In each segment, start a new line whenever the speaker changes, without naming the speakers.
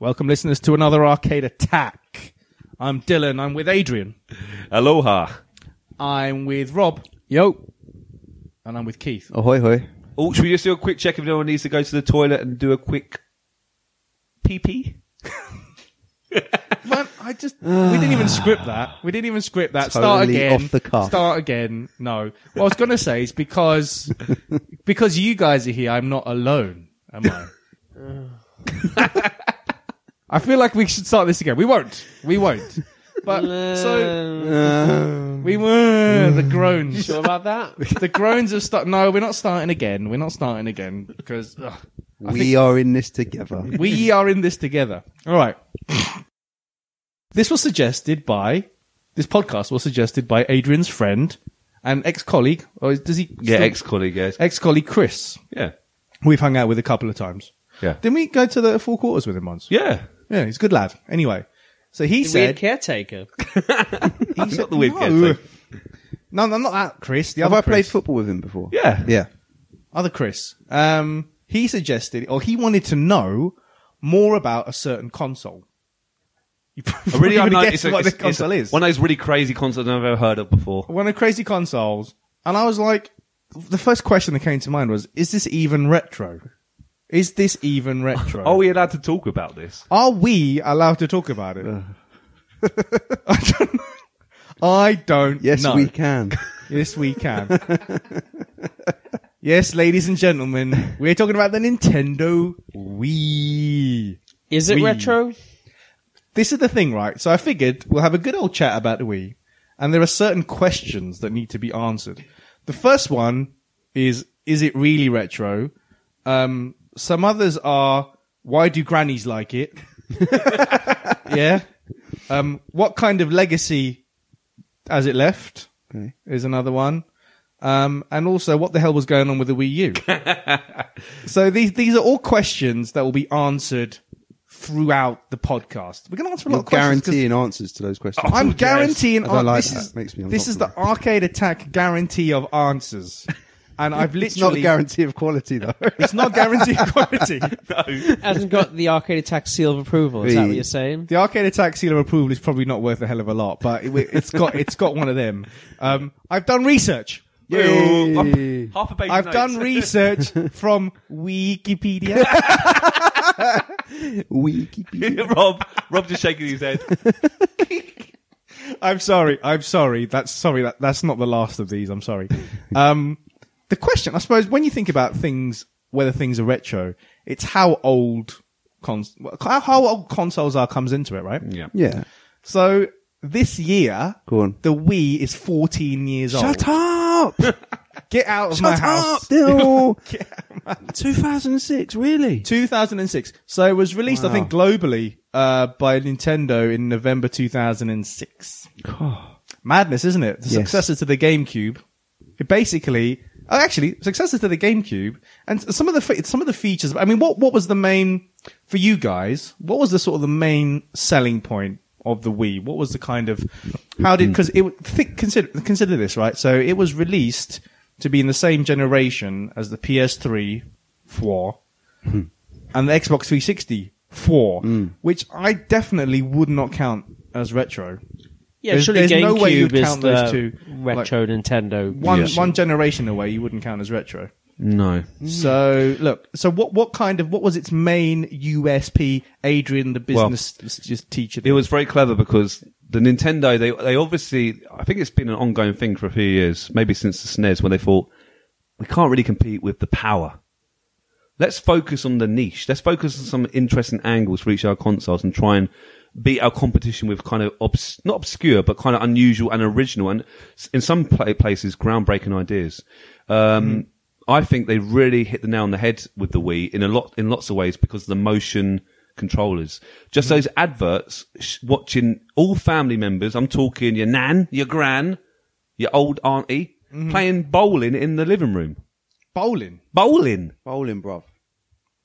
Welcome, listeners, to another Arcade Attack. I'm Dylan. I'm with Adrian.
Aloha.
I'm with Rob.
Yo.
And I'm with Keith.
Ahoy, hoy.
Oh, should we just do a quick check if no one needs to go to the toilet and do a quick pee pee?
Man, I just. we didn't even script that. We didn't even script that. Start
Totally
again.
off the cuff.
Start again. No. What I was going to say is because because you guys are here, I'm not alone, am I? I feel like we should start this again. We won't. We won't. But so we were the groans.
sure about that?
the groans have started. No, we're not starting again. We're not starting again because ugh,
We are in this together.
we are in this together. All right. this was suggested by this podcast was suggested by Adrian's friend and ex-colleague. Or does he?
Yeah,
still-
ex colleague, guys.
ex-colleague Chris.
Yeah.
We've hung out with a couple of times.
Yeah.
Didn't we go to the four quarters with him once?
Yeah.
Yeah, he's a good lad. Anyway, so he
Weird
said,
caretaker.
He's not the weird
no.
kid. so-
"No, no, not that Chris. The
Have
other
I played
Chris.
football with him before?
Yeah.
Yeah.
other Chris. Um, he suggested, or he wanted to know more about a certain console. You
I
probably
really
would
don't know.
guess
It's a-
what
it's-
the
it's
console is.
One of those really crazy consoles I've ever heard of before.
One of crazy consoles, and I was like, the first question that came to mind was, is this even retro? Is this even retro?
Are we allowed to talk about this?
Are we allowed to talk about it?
Uh.
I don't. know. I don't
Yes,
know.
we can.
Yes, we can. yes, ladies and gentlemen, we're talking about the Nintendo Wii.
Is it
We-
retro?
This is the thing, right? So I figured we'll have a good old chat about the Wii, and there are certain questions that need to be answered. The first one is: Is it really retro? Um, some others are: Why do grannies like it? yeah. Um, what kind of legacy has it left?
Okay.
Is another one. Um, and also, what the hell was going on with the Wii U? So these these are all questions that will be answered throughout the podcast. We're going to answer a lot
You're
of questions. 'cause
guaranteeing answers to those questions.
I'm guaranteeing.
I don't
an-
like
this
that.
is
Makes me
this is the arcade attack guarantee of answers, and I've
it's not
literally
a guarantee of quality, though.
it's not guaranteed quality.
Hasn't got the arcade attack seal of approval. Is that what you're saying?
The arcade attack seal of approval is probably not worth a hell of a lot, but it, it's got it's got one of them. Um, I've done research.
Well, I'm- Half a page.
I've
notes.
done research from Wikipedia.
we keep you.
Rob, Rob just shaking his head.
I'm sorry. I'm sorry. That's sorry. That, that's not the last of these. I'm sorry. Um, the question, I suppose, when you think about things, whether things are retro, it's how old cons- how, how old consoles are comes into it, right?
Yeah.
Yeah.
So this year,
Go on.
the Wii is 14 years old.
Shut up!
Get out of my
Shut up!
house.
Still. 2006, really?
2006. So it was released, I
Wow.
think, globally uh, by Nintendo in November 2006. Madness, isn't it? The
Yes.
successor to the GameCube. It basically, oh, actually, successor to the GameCube, and some of the fe- some of the features. I mean, what what was the main for you guys? What was the sort of the main selling point of the Wii? What was the kind of how
Hmm.
did because it think, consider consider this right? So it was released to be in the same generation as the PS3, four,
Hmm.
and the Xbox 360 4,
Mm.
which I definitely would not count as retro.
Yeah,
There's-
surely
there's no way
GameCube
you'd
is
count
the
those two,
retro Nintendo.
One
version.
one generation away, you wouldn't count as retro.
No.
Mm.
So look, so what what kind of what was its main USP? Adrian, the
Well,
business s- just teacher.
It was very clever because the Nintendo they they obviously I think it's been an ongoing thing for a few years, maybe since the SNES when they thought we can't really compete with the power. Let's focus on the niche. Let's focus on some interesting angles for each of our consoles and try and beat our competition with kind of obs- not obscure but kind of unusual and original and s- in some pla places groundbreaking ideas. Um, I think they really hit the nail on the head with the Wii in a lot in lots of ways because of the motion controllers. Just those adverts sh- watching all family members. I'm talking your nan, your gran, your old auntie playing bowling in the living room.
Bowling.
Bowling.
Bowling, bruv.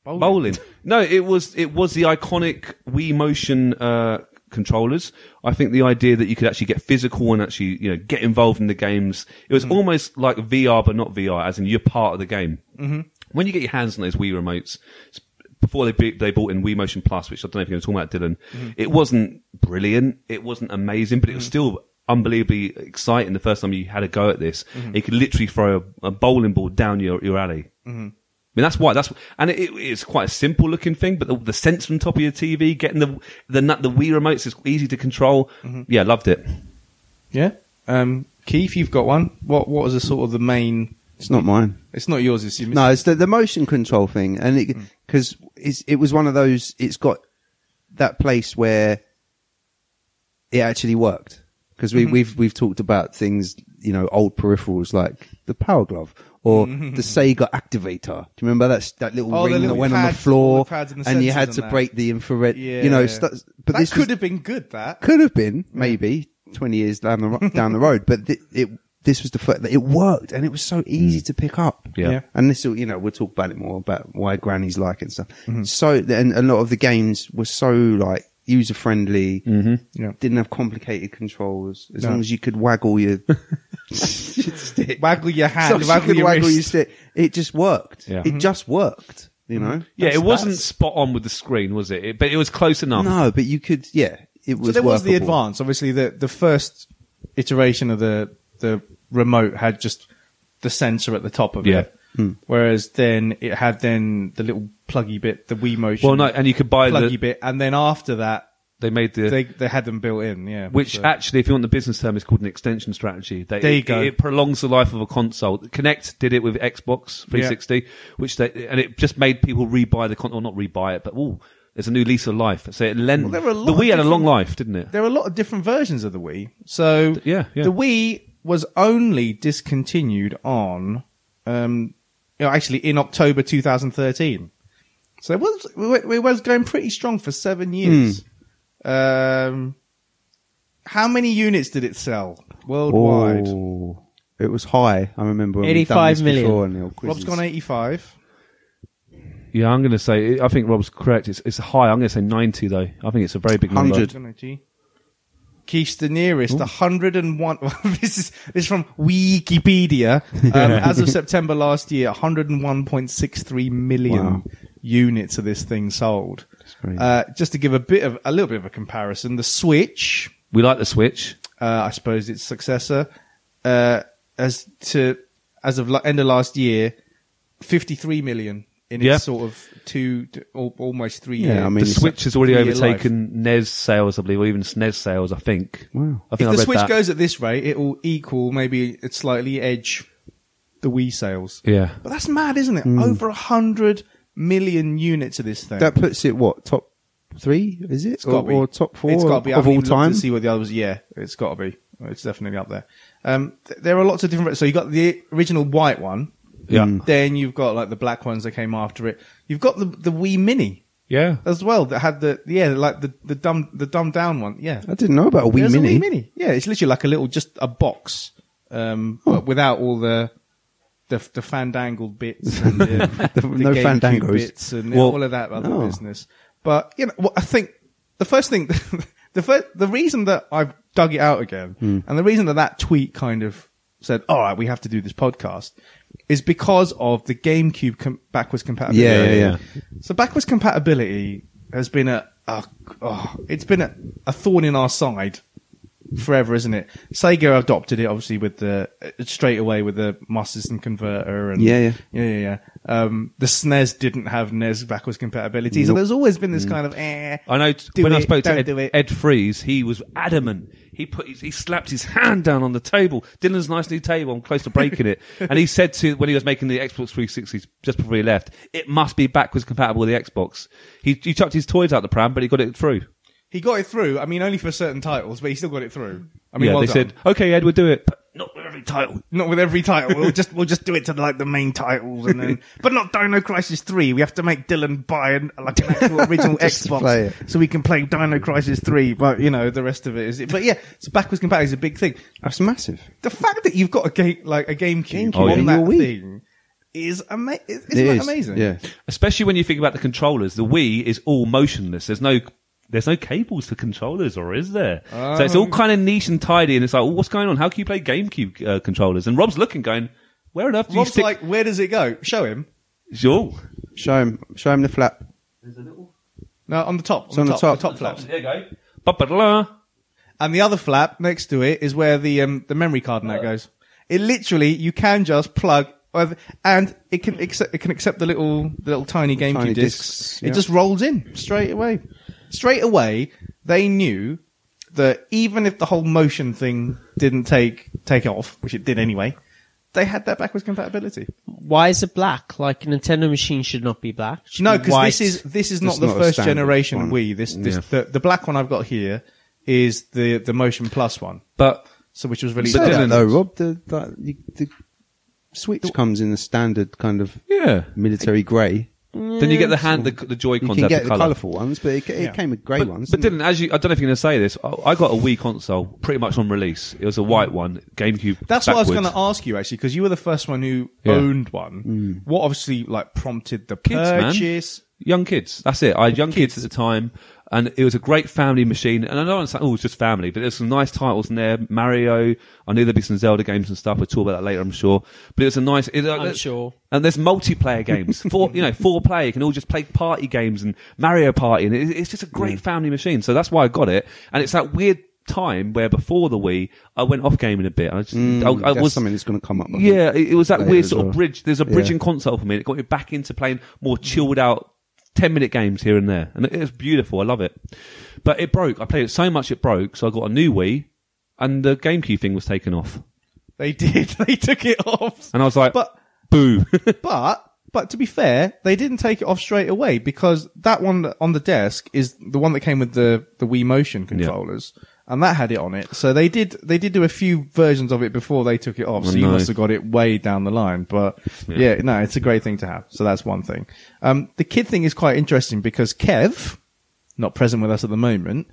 Bowling.
Bowling. No, it was it was the iconic Wii Motion uh, controllers. I think the idea that you could actually get physical and actually you know get involved in the games. It was almost like VR, but not VR, as in you're part of the game. Mm-hmm. When you get your hands on those Wii remotes. it's- Before they bu- they bought in Wii Motion Plus, which I don't know if you're going to talk about, Dylan, it wasn't brilliant, it wasn't amazing, but it was still unbelievably exciting. The first time you had a go at this, you could literally throw a, a bowling ball down your your alley. I mean, that's why. That's and it, it's quite a simple looking thing, but the, the sense from top of your TV, getting the the nut, the Wii remotes is easy to control. Yeah, loved it.
Yeah. Um, Keith, you've got one. What What was the sort of the main?
It's not mine.
It's not yours. It's your
No, it's the, the motion control thing,
Hmm.
and because it's it was one of those. It's got that place where it actually worked because
Mm-hmm.
we, we've we've talked about things you know old peripherals like the Power Glove or the Sega Activator. Do you remember that s- that little
Mm-hmm. Oh, the
ring
little
that went on the
pads-
floor,
all the pads and the
you
sensors
had
and
to
that.
break the infrared?
Yeah.
You know, stu- but
that
this
could
was-
have been good. That
could have been maybe 20 years down the, ro- down the road but thi- it this was the first it worked and it was so easy to pick up
Mm. Yeah. Yeah.
and this will you know we'll talk about it more about why grannies like it and stuff
Mm-hmm.
so and a lot of the games were so like user friendly
Mm-hmm.
Yeah.
didn't have complicated controls as
No.
long as you could waggle your, your stick
waggle your
As
hand,
long as you
waggle,
could
your,
waggle
wrist. Mm-hmm.
your stick it just worked
Yeah.
it just worked you know
Yeah, it
That's-
wasn't
that's-
spot on with the screen, was it? it but it was close enough.
no but you could yeah it was
So there was the
workable.
advance. Obviously, the the first iteration of the the remote had just the sensor at the top of
Yeah. Hmm.
it, whereas then it had then the little pluggy bit, the Wii motion.
Well, no, and you could buy
pluggy
the.
bit, and then after that,
They made the.
they they had them built in. Yeah,
which
so-
actually, if you want the business term, is called an extension strategy. They,
There you
it,
go.
It prolongs the life of a console. Connect did it with Xbox 360, which they and it just made people rebuy the con or not rebuy it, but ooh, there's a new lease of life. So it lent.
there were a lot
the
of
Wii had a long
different-
life, didn't it?
there are a lot of different versions of the Wii. So
yeah, yeah.
the Wii was only discontinued on, um, you know, actually in October 2013. So it was it it was going pretty strong for seven years.
Hmm.
Um, how many units did it sell worldwide?
Oh,
Ooh. It was high. I remember when we've done
85
this
million.
before and little quizzes.
Rob's gone 85.
Yeah, I'm going to say. I think Rob's correct. It's it's high. I'm going to say 90 though. I think it's a very big number.
100.
Gonna G. Keith's the nearest, 101. this is this is from Wikipedia. Um, as of September last year, 101.63 million
Wow.
units of this thing sold.
very-
Uh, just to give a bit of a little bit of a comparison, the Switch,
We like the Switch.
uh, I suppose its successor, uh, as to as of la- end of last year, 53 million in
Yeah.
its sort of two, to, al- almost three
Yeah,
years.
I mean,
The
it's
Switch has already
three-year life.
overtaken NES sales, I believe, or even SNES sales. I think.
Wow.
I
if
think I
the
read
Switch
that.
goes at this rate, it will equal maybe it's slightly edge the Wii sales.
Yeah.
But that's mad, isn't it? Over a hundred million units of this thing.
That puts it what top three? Is it
gotta
or, or top 4
It's gotta be. I
of
haven't
all
even looked
time?
To see what the others. Yeah, it's got to be. It's definitely up there. Um, th- there are lots of different. So you got the original white one. Hmm.
Yeah.
Then you've got like the black ones that came after it. You've got the the Wii Mini
Yeah.
as well that had the yeah like the the dumb the dumbed down one. Yeah,
I didn't know about a Wii
There's
Mini.
A Wii Mini. Yeah, it's literally like a little, just a box, um, but without all the the, the fandangled bits, and the, the
No
GameCube
fandangos.
bits, and
Well-
all of that other
Oh.
business. But you know, well, I think the first thing, the first, the reason that I've dug it out again,
Hmm.
and the reason that that tweet kind of said, "All right, we have to do this podcast," is because of the GameCube com- backwards compatibility.
Yeah, yeah, yeah.
So backwards compatibility has been a, a oh, it's been a, a thorn in our side forever, isn't it? Sega adopted it obviously with the uh, straight away with the Master System converter and
Yeah, yeah.
yeah, yeah, yeah. Um, the SNES didn't have NES backwards compatibility, so there's always been this
Mm.
kind of eh.
I know.
do
when I
it,
spoke to
don't
Ed,
do it.
Ed Freeze, he was adamant. He put his, he slapped his hand down on the table. Dylan's nice new table. I'm close to breaking it. And he said to when he was making the Xbox 360s just before he left, it must be backwards compatible with the Xbox. He, he chucked his toys out the pram, but he got it through.
He got it through. I mean, only for certain titles, but he still got it through. I mean,
yeah,
well
they
done.
said, "Okay, Ed, we'll do it." But Not with every title.
Not with every title. We'll just we'll just do it to like the main titles, and then but not Dino Crisis Three. We have to make Dylan buy an, like an actual original
Just to
Xbox
play it.
so we can play Dino Crisis Three. But you know the rest of it is. But yeah, so backwards compatibility is a big thing.
That's massive.
The fact that you've got a game like a GameCube,
GameCube Oh,
on
yeah.
that
in your Wii.
thing is ama- is- isn't
It
that
is,
amazing?
Yeah.
Especially when you think about the controllers. The Wii is all motionless. There's no there's no cables for controllers, or is there? so it's all kind of niche and tidy, and it's like, well, what's going on? How can you play GameCube uh, controllers? And Rob's looking, going, where on earth do you
Rob's
stick?
like, where does it go? Show him.
Sure.
Show him. Show him the flap.
No, on the top.
on
on the
the
top.
top.
The top flaps.
There you go. Ba-ba-da-la.
And the other flap next to it is where the um, the memory card and that goes. It literally you can just plug over- and it can accept it can accept the little the little tiny GameCube
Tiny
discs.
discs,
It
yeah.
just rolls in straight away. Straight away, they knew that even if the whole motion thing didn't take take off, which it did anyway, they had that backwards compatibility.
Why is it black? Like a Nintendo machine should not be black. It should
No,
be
because
white.
this is this is
That's
not the
not a
first
standard
generation
one.
Wii. This this
Yeah.
the, the black one I've got here is the the Motion Plus one.
But
So which was
You
released.
say
earlier.
that though, Rob. The, that, you, the Switch comes in the standard kind of
yeah,
military grey.
then you get the hand, the, the Joy
You
Cons
can
have
get
the
the
colour.
colourful ones, but it, it
Yeah.
came with grey
But,
ones.
but
didn't
Dylan, as you, I don't know if you're going to say this. I, I got a Wii console pretty much on release. It was a white one, GameCube.
That's
backwards.
what I was going to ask you actually, because you were the first one who
Yeah.
owned one. What obviously like prompted the
Kids, man.
purchase?
Young kids. That's it. I had young kids. at the time, and it was a great family machine. And I know it's like, oh, it's just family, but there's some nice titles in there. Mario. I knew there'd be some Zelda games and stuff. We'll talk about that later, I'm sure. But it was a nice. It,
I'm sure.
And there's multiplayer games. Four, you know, four player. You can all just play party games and Mario Party, and it, it's just a great family machine. So that's why I got it. And it's that weird time where before the Wii, I went off gaming a bit. I just, I, I
that's
was
something that's going to come up. I think.
yeah, it, it was that
Later
weird
as
sort of
well.
bridge. There's a
Yeah.
bridging console for me. and It got me back into playing more chilled out, ten minute games here and there, and it, it was beautiful. I love it, but it broke. I played it so much it broke, so I got a new Wii, and the GameCube thing was taken off,
They did. They took it off.
and I was like,
but
boo.
but but to be fair, they didn't take it off straight away because that one on the desk is the one that came with the the Wii Motion controllers. And that had it on it, so they did. They did do a few versions of it before they took it off. So
Oh,
you
no.
must have got it way down the line. But yeah. no, it's a great thing to have. So that's one thing. Um, the kid thing is quite interesting because Kev, not present with us at the moment,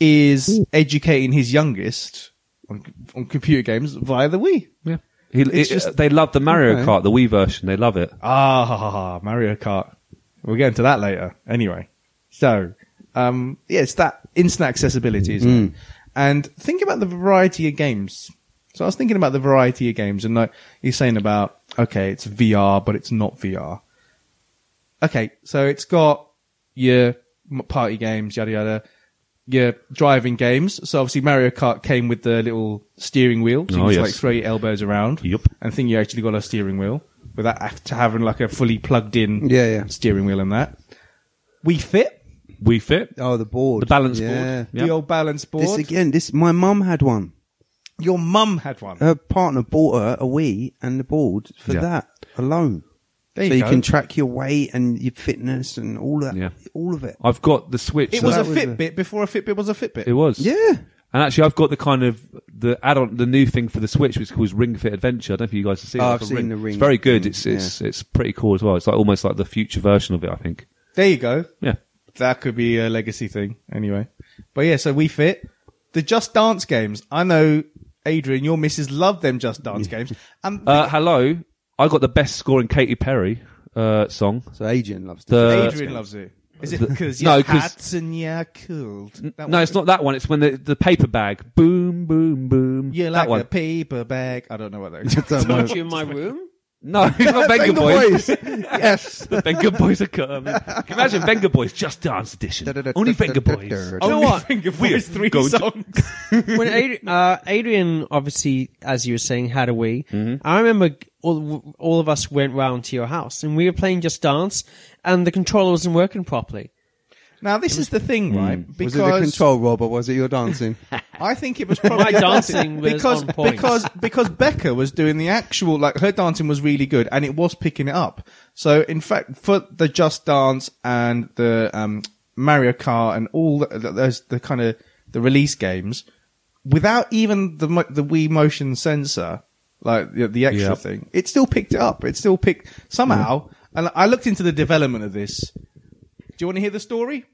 is educating his youngest on, on computer games via the Wii.
yeah, he,
It's
it,
just-
they love the Mario
Okay.
Kart, the Wii version. They love it.
Ah, ha, ha, ha, Mario Kart. We'll get into that later. Anyway, so um, yeah, it's that instant accessibility, isn't
Mm.
it? And think about the variety of games. So I was thinking about the variety of games, and like you're saying about okay, it's VR, but it's not VR. Okay, so it's got your m- party games, yada yada. Your driving games. So obviously Mario Kart came with the little steering wheel. So you
Oh,
just
yes.
like throw your elbows around.
Yup.
And think you actually got a steering wheel without af- to having like a fully plugged in
Yeah, yeah.
steering wheel and that. We Fit,
Wii Fit,
Oh, the board.
the balance
Yeah.
board. Yeah.
the old balance board.
This again. This my mum had one.
Your mum had one.
Her partner bought her a Wii and the board for
Yeah.
that alone.
There
so
you
you
go.
can track your weight and your fitness and all that.
Yeah.
All of it.
I've got the Switch.
it
so
was a
that-
was a-
Fitbit before a Fitbit was a Fitbit.
it was.
Yeah.
And actually, I've got the kind of the add-on, the new thing for the Switch, which is called Ring Fit Adventure. I don't know if you guys have seen.
Oh,
it.
I've
It's a
seen the Ring
It's very good.
thing,
It's it's it's pretty cool as well. It's like almost like the future version of it. I think.
there you go.
Yeah.
That could be a legacy thing anyway. But yeah, so We Fit, the Just Dance games. I know, Adrian, your missus loved them Just Dance games. And
Uh, hello, I got the best score in Katy Perry uh, song.
So Adrian loves
The-
this.
Adrian loves it. Is it because
No,
you're
'cause-
hot and you're cold? That
No,
one?
it's not that one. It's when the the paper bag, boom, boom, boom.
You're
that
like
one.
a paper bag. I don't know what that is.
Don't know.
Aren't you in my room?
no, it's not Venga
Venga
Boys.
yes.
the Venga Boys are coming. Can you imagine Venga Boys Just Dance Edition? Only Venga Boys.
Oh,
know
Only
what?
Finger
We're
Boys three
going to-
songs.
when Adrian, uh, Adrian, obviously, as you were saying, had a Wii. I remember all, all of us went round to your house and we were playing Just Dance, and the controller wasn't working properly.
now this is the thing, right?
was
Because
it the control, Rob, or was it your dancing?
I think it was probably
My dancing was
because
on point.
because because Becca was doing the actual like her dancing was really good and it was picking it up. So in fact, for the Just Dance and the um, Mario Kart and all th th- those the kind of the release games, without even the mo- the Wii motion sensor, like the, the extra
Yeah.
thing, it still picked it up. It still picked somehow. And I looked into the development of this. Do you want to hear the story?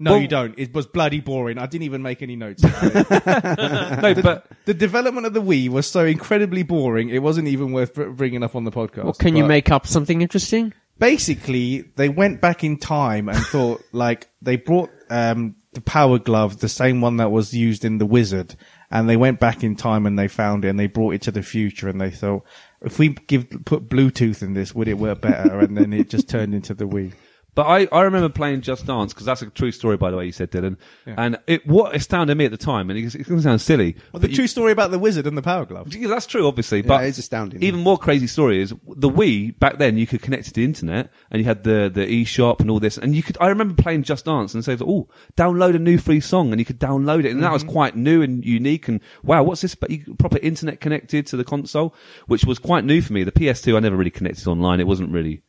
No, you don't. It was bloody boring. I didn't even make any notes. About it.
no, but
the development of the Wii was so incredibly boring. It wasn't even worth br- bringing up on the podcast.
Well, can you
But-
make up something interesting?
basically they went back in time and thought like they brought um, the power glove, the same one that was used in the wizard, and they went back in time and they found it and they brought it to the future and they thought if we give put Bluetooth in this, would it work better? and then it just turned into the Wii.
But I, I remember playing Just Dance because that's a true story, by the way. You said Dylan, and it what astounded me at the time, and it's, it's going to sound silly.
the
but you-
true story about the wizard and the power glove.
yeah, that's true, obviously. but
it is astounding.
Even more crazy story is the Wii back then. You could connect to the internet, and you had the the e shop and all this. And you could. I remember playing Just Dance and saying, "Oh, download a new free song," and you could download it, and that
Mm-hmm.
was quite new and unique. And wow, what's this? But you proper internet connected to the console, which was quite new for me. The PS2, I never really connected online. It wasn't really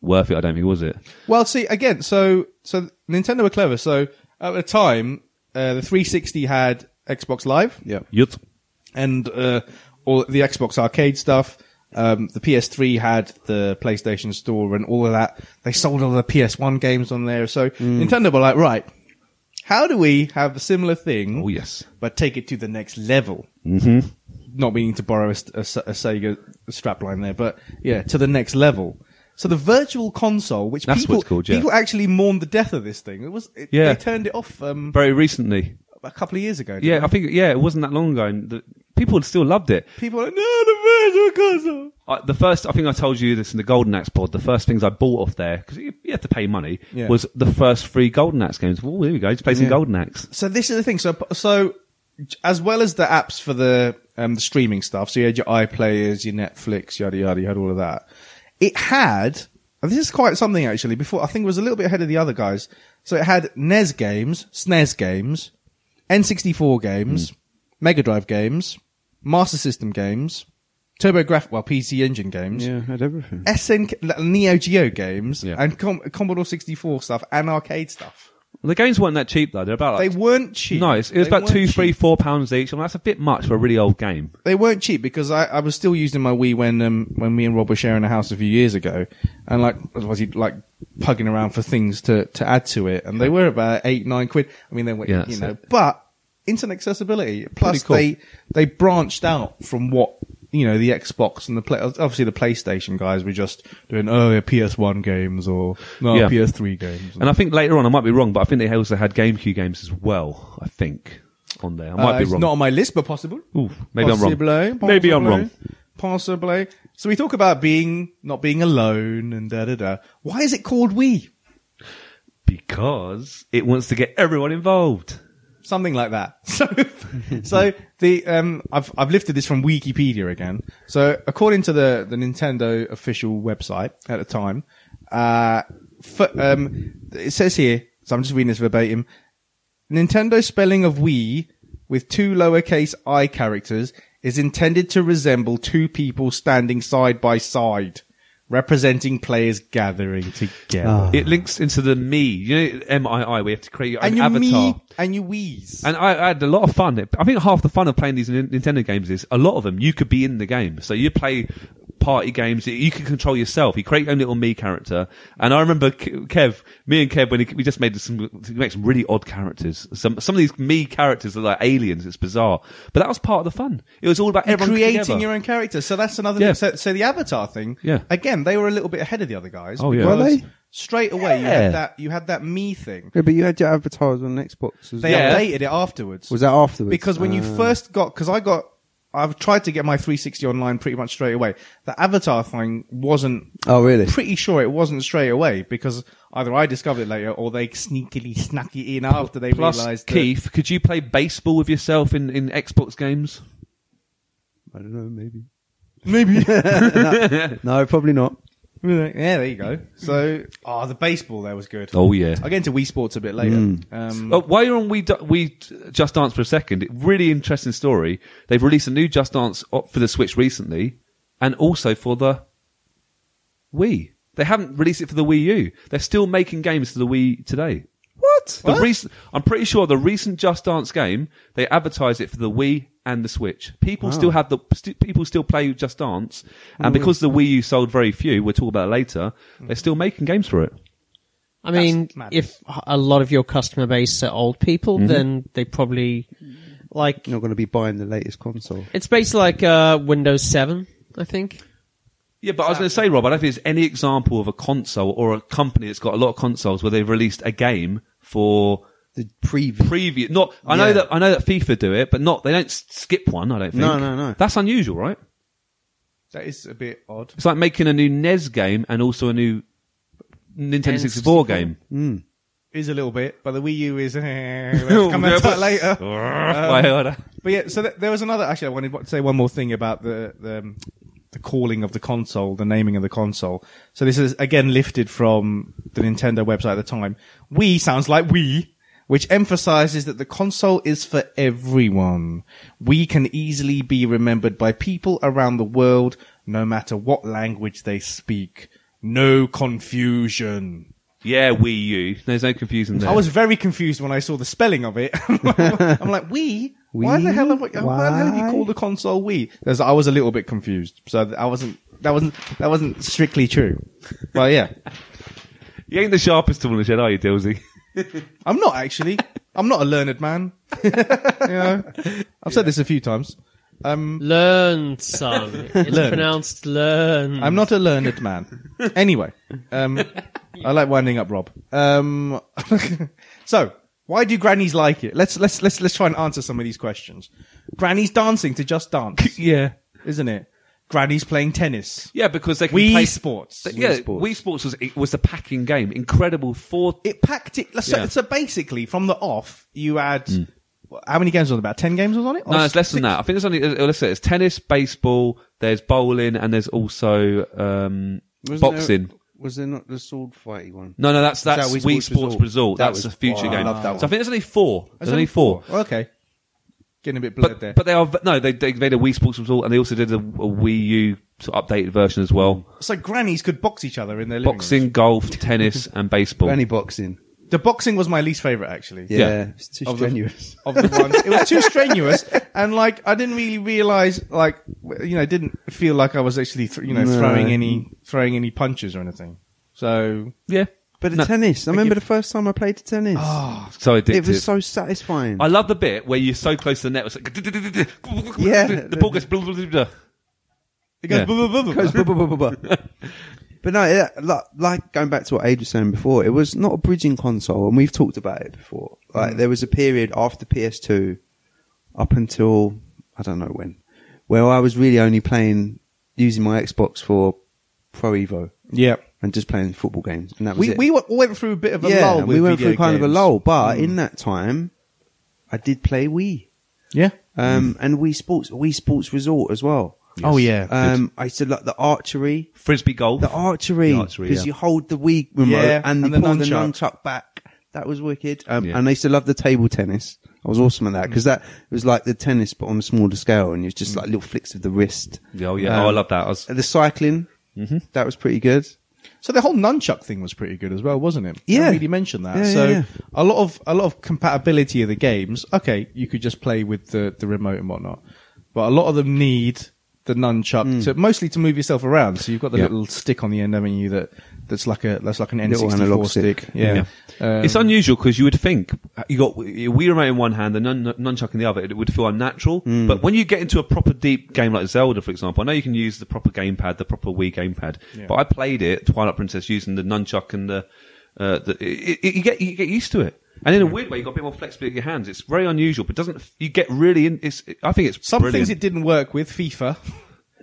worth it. I don't think was it.
Well, see again, so so Nintendo were clever. So at the time, uh, the 360 had Xbox Live.
Yep.
Yut.
and uh, all the Xbox arcade stuff. Um, the PS3 had the PlayStation Store and all of that. They sold all the PS1 games on there. So Nintendo were like, right, how do we have a similar thing?
Oh yes.
but take it to the next level. Mm-hmm. Not meaning to borrow a, s- a s- a Sega strapline there, but yeah, to the next level. So the virtual console, which
That's what
people
it's called, yeah.
people actually mourned the death of this thing. It was it,
Yeah.
they turned it off um,
Very recently.
a couple of years ago. didn't
Yeah, I think yeah, it wasn't that long ago, and the, people still loved it.
people were like no the virtual console.
I, the first, I think I told you this in the Golden Axe pod. The first things I bought off there because you, you had to pay money
Yeah.
was the first three Golden Axe games. Oh, here we go, just play some Golden Axe.
so this is the thing. So so as well as the apps for the um, the streaming stuff, so you had your iPlayers, your Netflix, yada yada, you had all of that. It had and this is quite something actually. Before I think it was a little bit ahead of the other guys. So it had NES games, SNES games, N64
Hmm.
games, Mega Drive games, Master System games, TurboGrafx, well PC Engine games.
Yeah, had everything.
SNK, Neo Geo games
Yeah.
and Com- Commodore 64 stuff and arcade stuff.
The games weren't that cheap though. They're about
They
like,
weren't cheap.
no, it's- it was
They
about two,
weren't
three,
cheap.
four pounds each. I mean, that's a bit much for a really old game.
they weren't cheap because I, I was still using my Wii when um, when me and Rob were sharing a house a few years ago, and like was he like pugging around for things to, to add to it, and they were about eight nine quid. I mean, they were
Yeah,
you
that's
know,
it.
but internet accessibility plus
Pretty cool.
they they branched out from what you know the Xbox and the play, obviously the PlayStation guys were just doing oh yeah, PS1 games or oh, no
Yeah.
PS3 games.
And I think later on, I might be wrong, but I think they also had GameCube games as well. I think on there. I might
Uh,
be
it's
wrong.
Not on my list, but possible.
Ooh, maybe I'm wrong.
Possibly,
Maybe I'm wrong.
possibly, Possibly. So we talk about being not being alone and da da da. Why is it called we?
because it wants to get everyone involved.
Something like that. So, so the um, I've I've lifted this from Wikipedia again. So according to the the Nintendo official website at the time, uh, f- um, it says here. So I'm just reading this verbatim. Nintendo spelling of we with two lowercase i characters is intended to resemble two people standing side by side, representing players gathering together.
It links into the me, you know, M I I. We have to create your
and
own
you
avatar.
me and you wheeze.
And I, I had a lot of fun. I think half the fun of playing these Nin- Nintendo games is a lot of them you could be in the game. So you play party games, you can control yourself. You create your own little me character. And I remember Ke- Kev, me and Kev, when he- we just made some, we make some really odd characters. Some some of these me characters are like aliens. It's bizarre, but that was part of the fun. It was all about everyone
creating
together.
your own character. So that's another
Yeah.
thing. So, so the Avatar thing,
Yeah.
again, they were a little bit ahead of the other guys.
Oh, yeah.
because
Were they?
Straight away, you had
Yeah.
that you had that me thing.
Yeah, but you had your avatars on Xbox as
They
Yeah.
well.
updated it afterwards.
Was that afterwards?
because when you
Ah.
first got, because I got, I've tried to get my 360 online pretty much straight away. The Avatar thing wasn't.
Oh, really?
Pretty sure it wasn't straight away because either I discovered it later or they sneakily snuck it in after they
Plus,
realised. that-
Keith, could you play baseball with yourself in, in Xbox games?
I don't know, maybe.
maybe.
No, probably not.
yeah, there you go. So, oh, the baseball there was good.
Oh, yeah.
I'll get into Wii Sports a bit later.
Mm.
Um,
Uh, while you're on We, Du- we Just Dance for a second, it- really interesting story. They've released a new Just Dance op- for the Switch recently, and also for the Wii. They haven't released it for the Wii U. They're still making games for the Wii today.
What?
What? The recent, I'm pretty sure the recent Just Dance game they advertised it for the Wii and the Switch. People still have the st- people still play Just Dance, and because the Wii U sold very few, we'll talk about it later. They're still making games for it.
I mean,
madness.
if a lot of your customer base are old people, then they probably like
You're not going to be buying the latest console.
it's basically like uh, Windows Seven, I think.
Yeah, but I was going to say, Rob, I don't think there's any example of a console or a company that's got a lot of consoles where they've released a game for
The preview.
previous. Not I know
Yeah.
that I know that FIFA do it, but not they don't s- skip one. I don't think.
No, no, no.
That's unusual, right?
That is a bit odd.
It's like making a new NES game and also a new Nintendo 64 game.
It is a little bit, but the Wii U is. we'll come back to that later.
later.
But yeah, so th- there was another. Actually, I wanted to say one more thing about the the, um, the calling of the console, the naming of the console. So this is again lifted from the Nintendo website at the time. Wii sounds like we, which emphasizes that the console is for everyone. We can easily be remembered by people around the world, no matter what language they speak. No confusion.
Yeah, Wii U. There's no confusion there.
I was very confused when I saw the spelling of it. I'm like, we? Why the hell have we, why the hell have you
Why?
called the console we? There's, I was a little bit confused. So th- I wasn't, that wasn't, that wasn't strictly true. Well, yeah.
you ain't the sharpest tool in the shed, are you, Dilsey?
I'm not actually. I'm not a learned man. you know? I've said this a few times.
Learn, son. It's
Learned.
pronounced learn.
I'm not a learned man. Anyway, um, I like winding up Rob. Um, so why do grannies like it? Let's, let's, let's, let's try and answer some of these questions. Grannies dancing to just dance.
yeah.
isn't it? Granny's playing tennis.
Yeah, because they can
Wii
play
Sports.
Th- yeah, Wii
Wii
Sports,
Sports.
was it was the packing game. Incredible four.
It packed it. So,
Yeah.
so basically, from the off, you had how many games was on it? About ten games was on it. Or
Hmm. No, it's less
six-
than that. I think there's only uh, let's say it's tennis, baseball. There's bowling, and there's also um, boxing.
was there not the sword fighty one?
No, no, that's that's
that
Wii Sports Resort.
That
That's
was-
a future
oh, I
game.
love that
So I think there's only four. There's, only four.
Oh, okay, getting a bit blurred
But
there.
but they are v- no, they they made a Wii Sports Resort, and they also did a, a Wii U sort of updated version as well.
so grannies could box each other in their living
Boxing,
rooms.
golf, tennis, and baseball.
Granny boxing.
The boxing was my least favorite, actually.
Yeah,
Yeah.
it's too
Of the-
strenuous.
Of the ones, it was too strenuous, and like I didn't really realize, like you know, didn't feel like I was actually, th- you know,
No.
throwing any throwing any punches or anything. So
Yeah,
But the
No.
tennis. I remember the first time I played the tennis.
Ah,
so addictive.
it was so satisfying.
I love the bit where you're so close to the net. It's like,
Yeah.
the ball goes. blah, blah, blah, blah.
it goes.
Yeah.
blah, blah, blah, blah.
Goes buh, buh, buh, buh, buh. but no, yeah, like, like going back to what Aid was saying before, it was not a bridging console, and we've talked about it before. Like
Mm.
there was a period after PS2 up until I don't know when, where I was really only playing using my Xbox for Pro Evo
Yeah.
and just playing football games, and that was
We,
it.
we w- went through a bit of a
yeah,
lull.
and
With
we went
video
through kind of a
games. Mm.
lull, but in that time, I did play Wii.
Yeah.
Um, and Wii Sports, Wii Sports Resort as well.
Oh yeah.
Um, I used to like the archery,
Frisbee golf.
the archery,
The
because
archery, yeah.
you hold the Wii remote
Yeah,
and,
and
you
the
pull the
nunchuck.
nunchuck back. That was wicked. Um,
Yeah.
And I used to love the table tennis. I was awesome at that because that was like the tennis but on a smaller scale, and it was just like little flicks of the wrist. Um,
Oh yeah, oh I love that. I was,
The cycling, that was pretty good.
so the whole nunchuck thing was pretty good as well, wasn't it?
Yeah.
I really mentioned that.
Yeah, yeah,
so
yeah.
a lot of a lot of compatibility of the games. Okay, you could just play with the the remote and whatnot, but a lot of them need the nunchuck
Hmm.
to mostly to move yourself around. So you've got the
Yeah.
little stick on the end, haven't you? That that's like a that's like an N
Little
sixty four
analog
stick.
stick.
Yeah. Um,
it's unusual because you would think uh, you got your Wii remote in one hand and nun, nunchuck in the other. It would feel unnatural.
Mm.
But when you get into a proper deep game like Zelda, for example, I know you can use the proper gamepad, the proper Wii gamepad. But I played it Twilight Princess using the nunchuck and the, uh, the it, it, you get you get used to it. And in a weird way, you have got a bit more flexibility with your hands. It's very unusual, but doesn't you get really? In, it's I think it's
some
brilliant.
things it didn't work with FIFA.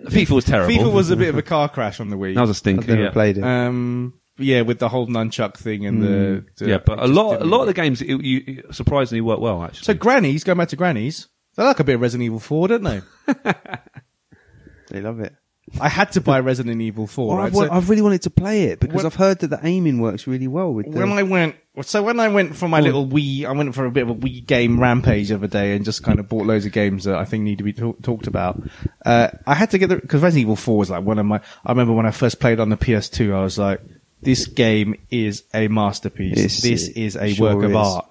FIFA was terrible.
FIFA was a bit of a car crash on the Wii.
that was a
I've
stinker.
never
yeah. Mm.
played it.
um, yeah, with the whole nunchuck thing and the, the
yeah, but
it
a
just
lot, a
didn't
lot
work.
of the games it, you, it surprisingly work well actually.
So grannies, going back to grannies, they like a bit of Resident Evil 4, don't they?
They love it.
I had to buy Resident Evil 4,
Well,
right?
I've, wa-
So
I've really wanted to play it because
When-
I've heard that the aiming works really well with the.
when I went, so when I went
Oh.
for my little Wii, I went for a bit of a Wii game rampage the other day and just kind of bought loads of games that I think need to be talk- talked about. Uh, I had to get the, cause Resident Evil 4 was like one of my, I remember when I first played on the PS2, I was like, this game is a masterpiece.
Yes,
this
it
is a
sure
work of
is.
art.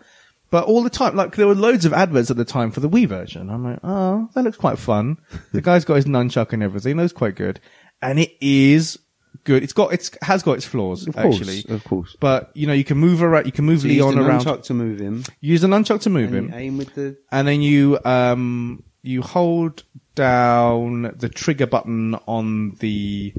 But all the time, like there were loads of adverts at the time for the Wii version. I'm like, oh, that looks quite fun. The guy's got his nunchuck and everything. That looks quite good, and it is good. It's got it's has got its flaws
Of course,
actually,
of course.
But you know, you can move around. You can move
So you
Leon
used a
around.
nunchuck to move him.
Use the nunchuck to move him
And aim with the
and then you um you hold down the trigger button on the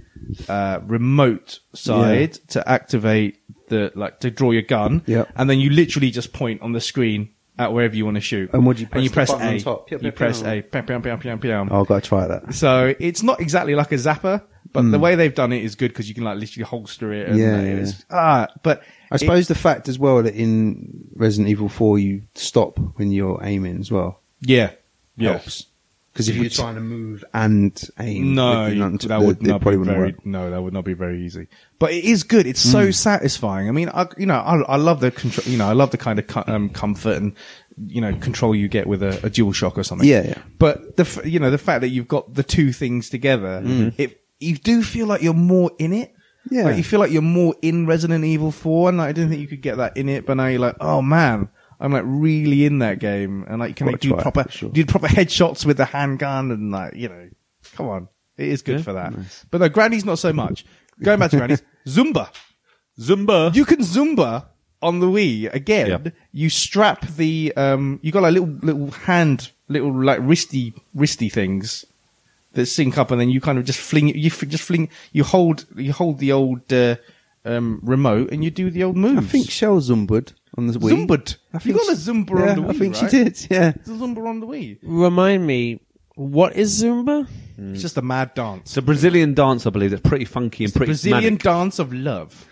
uh, remote side to activate the like to draw your gun.
Yep.
And then you literally just point on the screen at wherever you want to shoot.
And what do you press
you
the
press
button on
A.
top? Pew,
you
pew,
press
pew.
A. Pew, pew, pew, pew, pew.
Oh, I've got to try that.
So it's not exactly like a zapper, but the way they've done it is good because you can like literally holster it. And,
Hmm. Yeah,
uh,
yeah.
it's- ah, but
I suppose the fact as well that in Resident Evil 4 you stop when you're aiming as well
yeah, yeah.
helps. Because if you're trying to move and aim,
No,
with the
you-
nunchuck,
that
the-
would
it
not be
probably wouldn't
very.
work. Mm.
No, that would not be very easy. But it is good. It's so satisfying. I mean, I you know, I, I love the control. You know, I love the kind of co- um, comfort and you know control you get with a, a dual shock or something.
Yeah, yeah.
But the f- you know the fact that you've got the two things together, it you do feel like you're more in it.
Mm-hmm. Yeah.
like you feel like you're more in Resident Evil Four, and like, I didn't think you could get that in it, but now you're like, oh man. I'm like really in that game, and like can I
Gotta
do
try it,
proper
for sure.
do proper headshots with the handgun and like you know, come on, it is good for that. But no, Granny's not so much. Going back to Granny's Zumba.
Zumba.
You can Zumba on the Wii again.
Yeah.
You strap the um, you got like little little hand, little like wristy wristy things that sync up, and then you kind of just fling you f- just fling you hold you hold the old uh, um, remote and you do the old
I
moves.
think Shell zumbered on the Wii.
Zumbered.
I
You
think
got a
she-
Zumba
yeah,
on the Wii,
I think
right?
she did, yeah.
It's a Zumba on the Wii.
Remind me, what is Zumba?
It's just a mad dance.
It's a Brazilian dance, I believe. That's pretty funky and pretty
Brazilian
manic.
dance of love.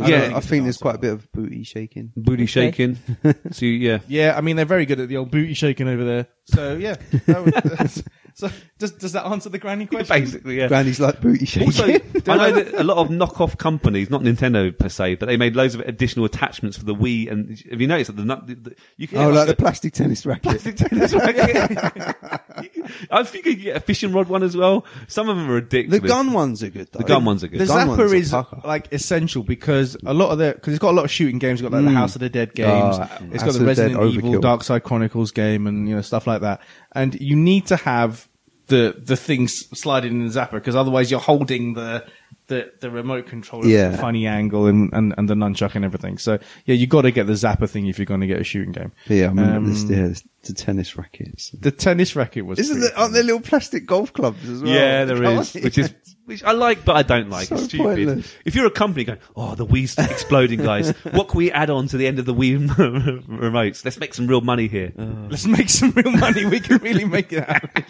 I
Yeah.
don't- I think there's quite a bit of booty shaking.
booty shaking. so you- yeah,
Yeah, I mean they're very good at the old booty shaking over there. So yeah, that would, so does does that answer the granny question?
basically yeah.
Granny's like booty shaking.
Also, I know that a lot of knockoff companies, not Nintendo per se, but they made loads of additional attachments for the Wii. And have you noticed that the, nu- the, the you can
oh,
get
like the
a-
plastic tennis racket.
plastic tennis racket. You can- I think you can get a fishing rod one as well. Some of them are
The
ridiculous.
gun ones are good, though.
The gun ones are good.
The
Gun ones
Zapper
are
is
pucker.
like essential because a lot of the because it's got a lot of shooting games. It's got like the House of the Dead games.
Oh,
it's
Hmm. House
got
of
the
the
Resident
Dead
Evil
overkill.
Dark Side Chronicles game and you know stuff like that. And you need to have the the things sliding in the Zapper because otherwise you're holding the. The, the remote control at
Yeah.
a funny angle and, and, and the nunchuck and everything. So yeah, you got to get the zapper thing if you're going to get a shooting game.
But yeah, I mean,
Um,
there's, yeah, there's the tennis rackets.
The tennis racket was.
Isn't
pretty
there, aren't there little plastic golf clubs as well?
Yeah, there
Come
is,
on.
which is Oh, which I like, but I don't like.
So
it's stupid.
pointless.
If you're a company going, oh, the Wii's exploding, guys. what can we add on to the end of the Wii remotes? Let's make some real money here.
Let's make some real money. We can really make it happen.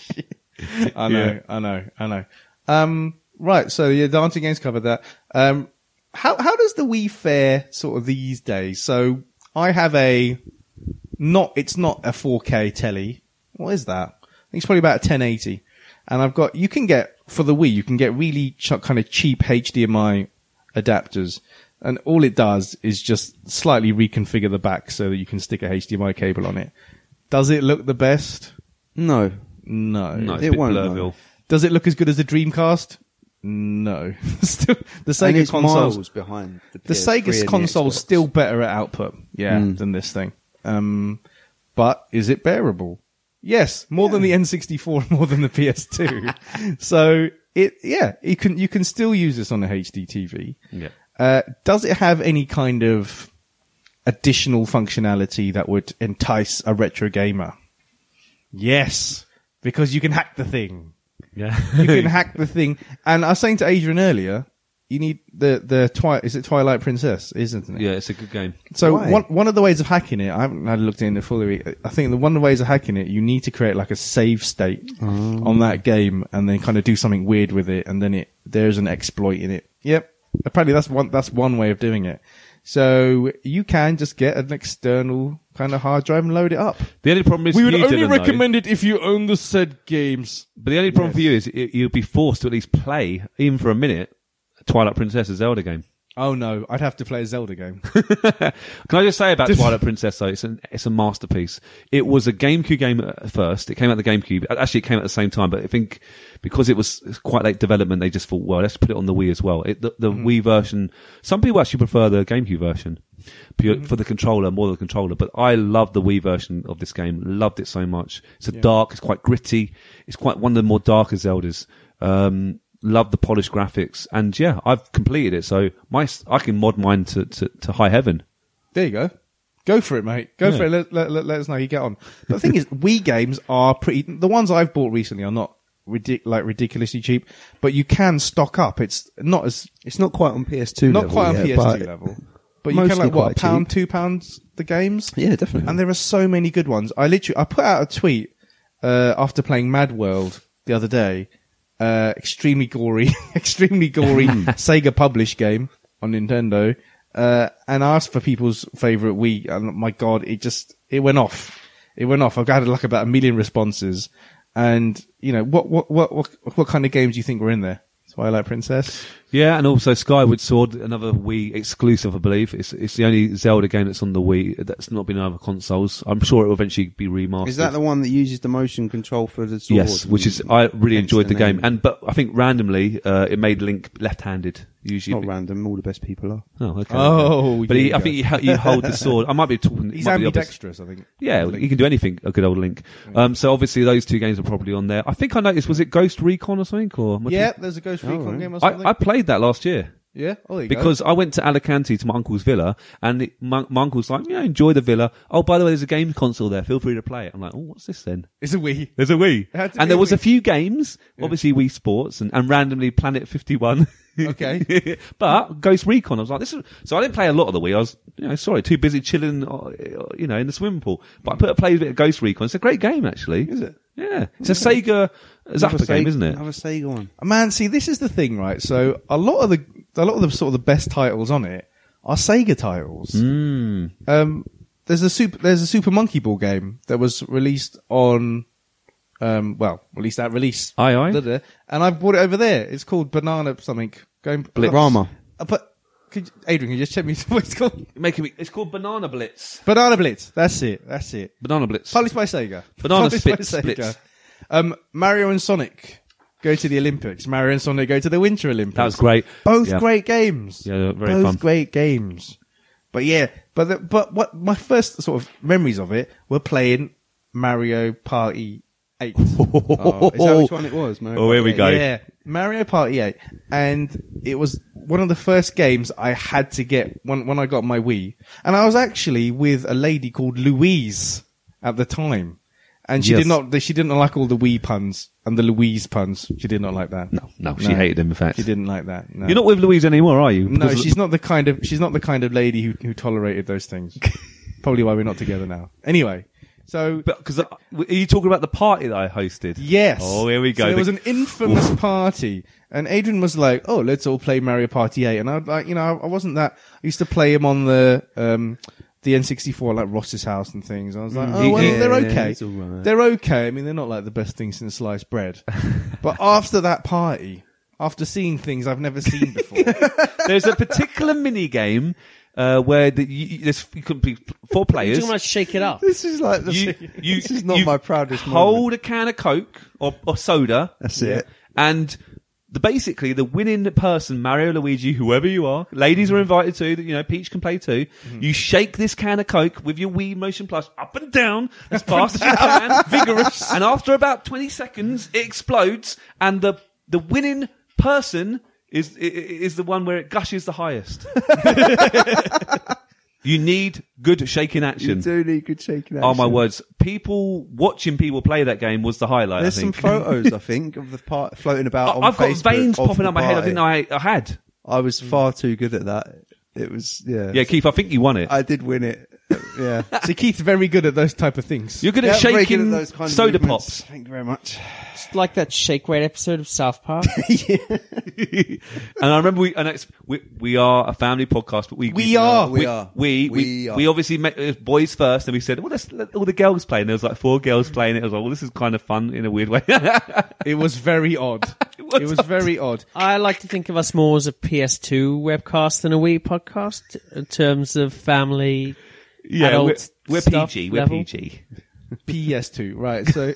I know,
Yeah.
I know, I know. Um, right. So yeah, the Auntie Games covered that. Um, how, how does the Wii fare sort of these days? So I have a not, it's not a 4K telly. What is that? I think it's probably about a 1080. And I've got, you can get, for the Wii, you can get really ch- kind of cheap HDMI adapters. And all it does is just slightly reconfigure the back so that you can stick a HDMI cable on it. Does it look the best?
No.
No.
No, it's
It
a bit
won't,
blurville.
though.
Does it look as good as the Dreamcast? No. Still, the
and
Sega
it's
consoles.
miles behind the,
The
PS3
Sega
and the
console's
Xbox.
still better at output, yeah,
Hmm.
than this thing. Um, but is it bearable? Yes, more than the N64, more than the PS2. so it, yeah, you can you can still use this on a HD TV.
Yeah.
Uh, does it have any kind of additional functionality that would entice a retro gamer? Yes, because you can hack the thing
Yeah.
you can hack the thing. And I was saying to Adrian earlier, you need the the twi- is it Twilight Princess, isn't it?
yeah, it's a good game.
So
Why?
one one of the ways of hacking it, I haven't I looked into fully. I think the one of the ways of hacking it, you need to create like a save state on that game, and then kind of do something weird with it, and then it there's an exploit in it. Yep. Apparently that's one that's one way of doing it. So you can just get an external kind of hard drive and load it up.
The only problem is for you, Dylan, though-
it if you own the said games.
But the only problem for you is you- you'll be forced to at least play, even for a minute, Twilight Princess, a Zelda game.
Oh no, I'd have to play a Zelda game.
Can I just say about Twilight Princess though? It's an it's a masterpiece. It was a GameCube game at first. It came out the GameCube. Actually, it came out at the same time, but I think because it was quite late development, they just thought, well, let's put it on the Wii as well. It, the the Wii version. Some people actually prefer the GameCube version pure, for the controller more than the controller, but I love the Wii version of this game. Loved it so much. It's a dark. It's quite gritty. It's quite one of the more darker Zeldas. Um, love the polished graphics, and yeah, I've completed it. So my s- I can mod mine to, to, to high heaven.
there you go. Go for it, mate. Go for it. Let, let, let, let us know how you get on. But the thing is, Wii games are pretty. The ones I've bought recently are not ridic- like ridiculously cheap, but you can stock up. It's not as
It's not quite on PS2
not
level.
quite on
yet,
PS2
but-
level, but you can
mostly
like what a
quite cheap.
pound, two pounds the games.
Yeah, definitely.
And there are so many good ones. I literally I put out a tweet uh, after playing Mad World the other day. Uh, extremely gory, extremely gory
Hmm.
Sega published game on Nintendo, uh, and I asked for people's favorite Wii. And my God, it just it went off. It went off. I've had like about a million responses, and you know what what what what, what kind of games do you think were in there? Twilight Princess.
Yeah, and also Skyward Sword, another Wii exclusive, I believe. It's it's the only Zelda game that's on the Wii that's not been on other consoles. I'm sure it will eventually be remastered.
Is that the one that uses the motion control for the sword?
yes, which is I really
Hence
enjoyed the, game,
name.
and but I think randomly uh, it made Link left-handed. Usually,
not random. All the best people are.
oh, okay.
Oh,
but
there you
he, I
go.
think you, you hold the sword. I might be talking.
He's
might be the opposite.
ambidextrous, I think.
Yeah, he can do anything. A good old Link.
Mm.
Um, so obviously those two games are probably on there. I think I noticed. Was it Ghost Recon or something? Or am I
Yeah,
thinking-
there's a Ghost Recon
right.
game or something.
Oh, I, I played that last year.
yeah, oh, there you go.
Because I went to Alicante to my uncle's villa, and it, my, my uncle's like, "Yeah, enjoy the villa. Oh, by the way, there's a games console there. Feel free to play it." I'm like, "Oh, what's this then?"
it's a Wii.
There's a Wii,
It had to be
and there
a
was a
Wii.
few games, obviously Wii Sports, and, and randomly Planet 51.
Okay.
but Ghost Recon, I was like, "This is." So I didn't play a lot of the Wii. I was, you know, sorry, too busy chilling, uh, you know, in the swimming pool. But I put a play a bit of Ghost Recon. It's a great game, actually. Is
it?
Yeah, it's a Sega Zappa game, isn't it?
Have a Sega one.
Man, see, this is the thing, right? So a lot of the a lot of the sort of the best titles on it are Sega titles.
Hmm.
Um, there's a super there's a Super Monkey Ball game that was released on, um, well, released at release.
Aye, aye.
Da, da. And I've bought it over there. It's called Banana something. Going
Blitz. Rama.
Uh, But could you, Adrian, can you just check me what it's called?
Making me, it's called Banana Blitz.
Banana Blitz. That's it. That's it.
Banana Blitz.
Published by Sega.
Banana
Published
split- splits.
Um, Mario and Sonic go to the Olympics. Mario and Sonic go to the Winter Olympics.
That was great.
Both
Yeah.
great games.
Yeah, they were very
Both
fun.
great games. But yeah, but the, but what my first sort of memories of it were playing Mario Party Eight.
Oh, is that which one it was? Mario
Oh, here we
Kart
go.
Yeah, Mario Party 8. And it was one of the first games I had to get when, when I got my Wii. And I was actually with a lady called Louise at the time. And she
Yes.
did not, she didn't like all the Wii puns and the Louise puns. She didn't like that.
No, no, she hated them, in fact.
She didn't like that. No.
You're not with Louise anymore, are you?
no,
Because-
she's not the kind of, she's not the kind of lady who, who tolerated those things. Probably why we're not together now. Anyway. So
But because are you talking about the party that I hosted?
Yes.
Oh, here we go.
So there
The-
was an infamous party, and Adrian was like, "Oh, let's all play Mario Party 8. And I would like, you know, I, I wasn't that. I used to play him on the um, the N64, like Ross's house and things. I was
Mm,
like, oh, well,
Yeah,
they're okay.
it's all right.
They're okay. I mean, they're not like the best thing since sliced bread. but after that party, after seeing things I've never seen before,
There's a particular mini game uh, where the, you, you- there's you could be four players.
Too much shake it up.
This is like the
You, you,
this is not
you
my proudest
Hold
moment.
a can of Coke or, or soda.
That's it.
And the, basically, the winning person, Mario, Luigi, whoever you are, ladies are invited to. You know, Peach can play too.
Mm-hmm.
You shake this can of Coke with your Wii Motion Plus up and down as fast as you can, vigorous. And after about twenty seconds, it explodes, and the the winning person. Is i- i- is the one where it gushes the highest? you need good shaking action.
You do need good shaking
Oh my
action.
words! People watching people play that game was the highlight.
There's
I
some
think.
photos I think of the part floating about. on
I- I've got
Facebook
veins
of
popping
the
out my head. I
party.
didn't know Mm. I, I had.
I was far too good at that. It was yeah.
Yeah, Keith, I think you won it.
I did win it. Yeah.
So Keith's very good at those type of things.
You're good at
Yeah, very good
shaking
at those kind of
soda pops.
movements. Thank you very much.
It's like that shake weight episode of South Park.
and I remember we and it's, we we are a family podcast, but we
We are.
We are.
we we,
We
we,
are.
obviously met it was boys first, and we said, well, let's let all the girls play. And there was like four girls playing it. I was like, well, this is kind of fun in a weird way.
It was very odd. it was,
was odd.
very odd.
I like to think of us more as a PS2 webcast than a Wii podcast in terms of family.
yeah, we're,
Adult
we're
stuff
PG. We're
level.
PG.
PS2, E right? So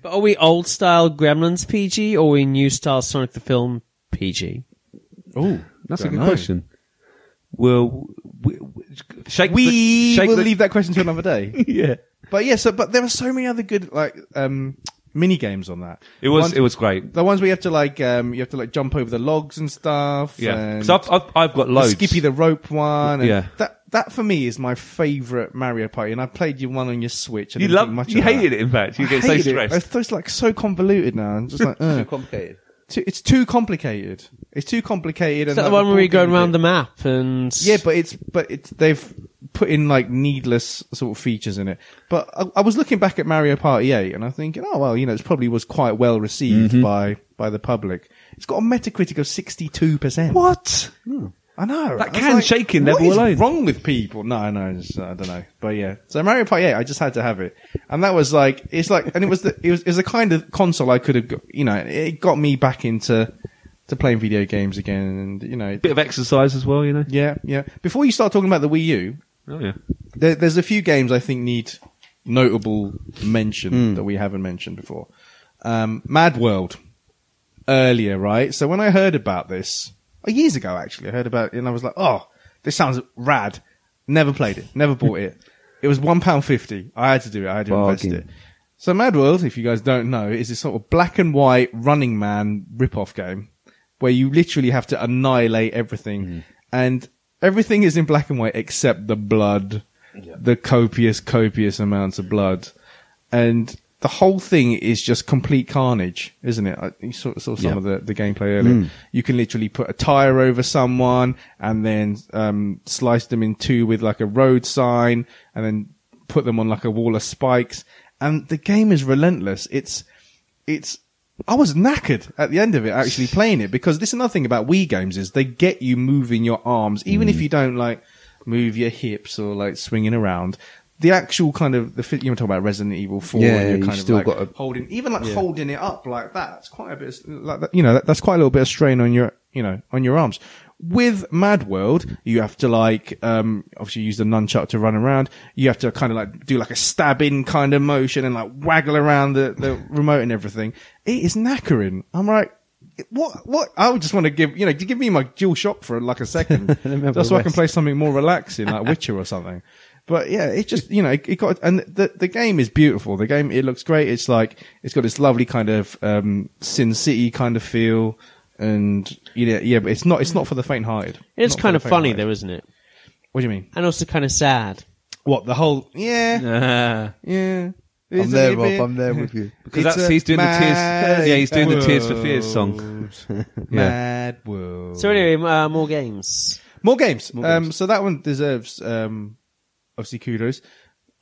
But are we old style Gremlins PG or are we new style Sonic the Film PG?
oh,
That's a good question. Well, we, we, shake
We
the, shake
will
the-
leave that question to another day.
Yeah,
but yeah, so but there are so many other good like um mini games on that.
it was
Ones-
it was great.
the ones where you have to like um you have to like jump over the logs and stuff.
Yeah,
and
because I've, I've I've got
the
loads.
Skippy the rope one. and
Yeah.
that that for me is my favorite Mario Party, and I played you one on your Switch. And
you
didn't think
love
much
you
of that.
hated it. In fact, you
I
get so
hated it.
stressed.
It's just like so convoluted now. I'm just like, uh,
Complicated.
too, it's too complicated. It's too complicated.
Is
and
that the one where we go
board game
around
bit-
the map and
Yeah, but it's but it's they've put in like needless sort of features in it. But I, I was looking back at Mario Party Eight, and I'm thinking, oh well, you know, it probably was quite well received
Mm-hmm.
by by the public. It's got a Metacritic of 62. percent
what?
I know
That
I was
can shake in
What
level
is
alone."
wrong with people? No, no, it's- I don't know. But yeah, so Mario Party 8, I just had to have it, and that was like it's like, and it was the it was, it was the kind of console I could have, got, you know, it got me back into to playing video games again, and you know,
Bit of exercise as well, you know.
yeah, yeah. Before you start talking about the Wii U,
Oh yeah.
there, there's a few games I think need notable mention that we haven't mentioned before. Um, Mad World earlier, right? So when I heard about this oh, years ago, actually, I heard about it and I was like, "Oh, this sounds rad." Never played it, never bought it. It was one pound fifty. I had to do it. I had to invest
Bargain.
it. So Mad World, if you guys don't know, is this sort of black and white Running Man rip-off game where you literally have to annihilate everything, and everything is in black and white except the blood, the copious, copious amounts of blood, and the whole thing is just complete carnage, isn't it? I, you saw, saw some
Yeah.
of the, the gameplay earlier. You can literally put a tire over someone and then um, slice them in two with like a road sign, and then put them on like a wall of spikes. And the game is relentless. It's it's I was knackered at the end of it actually playing it because this is another thing about Wii games is they get you moving your arms even
Mm.
if you don't like move your hips or like swinging around. The actual kind of the fi- you were talking about Resident Evil Four.
Yeah,
and you're
you've
kind of
still
like
got to-
holding even like holding it up like that. It's quite a bit of, like that, you know that, that's quite a little bit of strain on your you know on your arms. With Mad World, you have to like um obviously use the nunchuck to run around. You have to kind of like do like a stab in kind of motion and like waggle around the, the remote and everything. It is knackering. I'm like, what what? I would just want to give you know give me my dual shock for like a second, just so I can
West.
play something more relaxing like Witcher or something. But yeah, it just you know it, it got and the the game is beautiful. The game it looks great. It's like it's got this lovely kind of um, Sin City kind of feel, and yeah, yeah. But it's not it's not for the faint-hearted.
It is
Not for
kind
the
of funny
faint-hearted.
though, isn't it?
What do you mean?
And also kind of sad.
What the whole? Yeah, Uh, yeah.
I'm there, Rob. I'm there with you.
Because that's he's doing the tears. Yeah, he's doing the tears for fears song.
Mad world.
So anyway, uh, more games.
More games. Um, so that one deserves um, obviously kudos.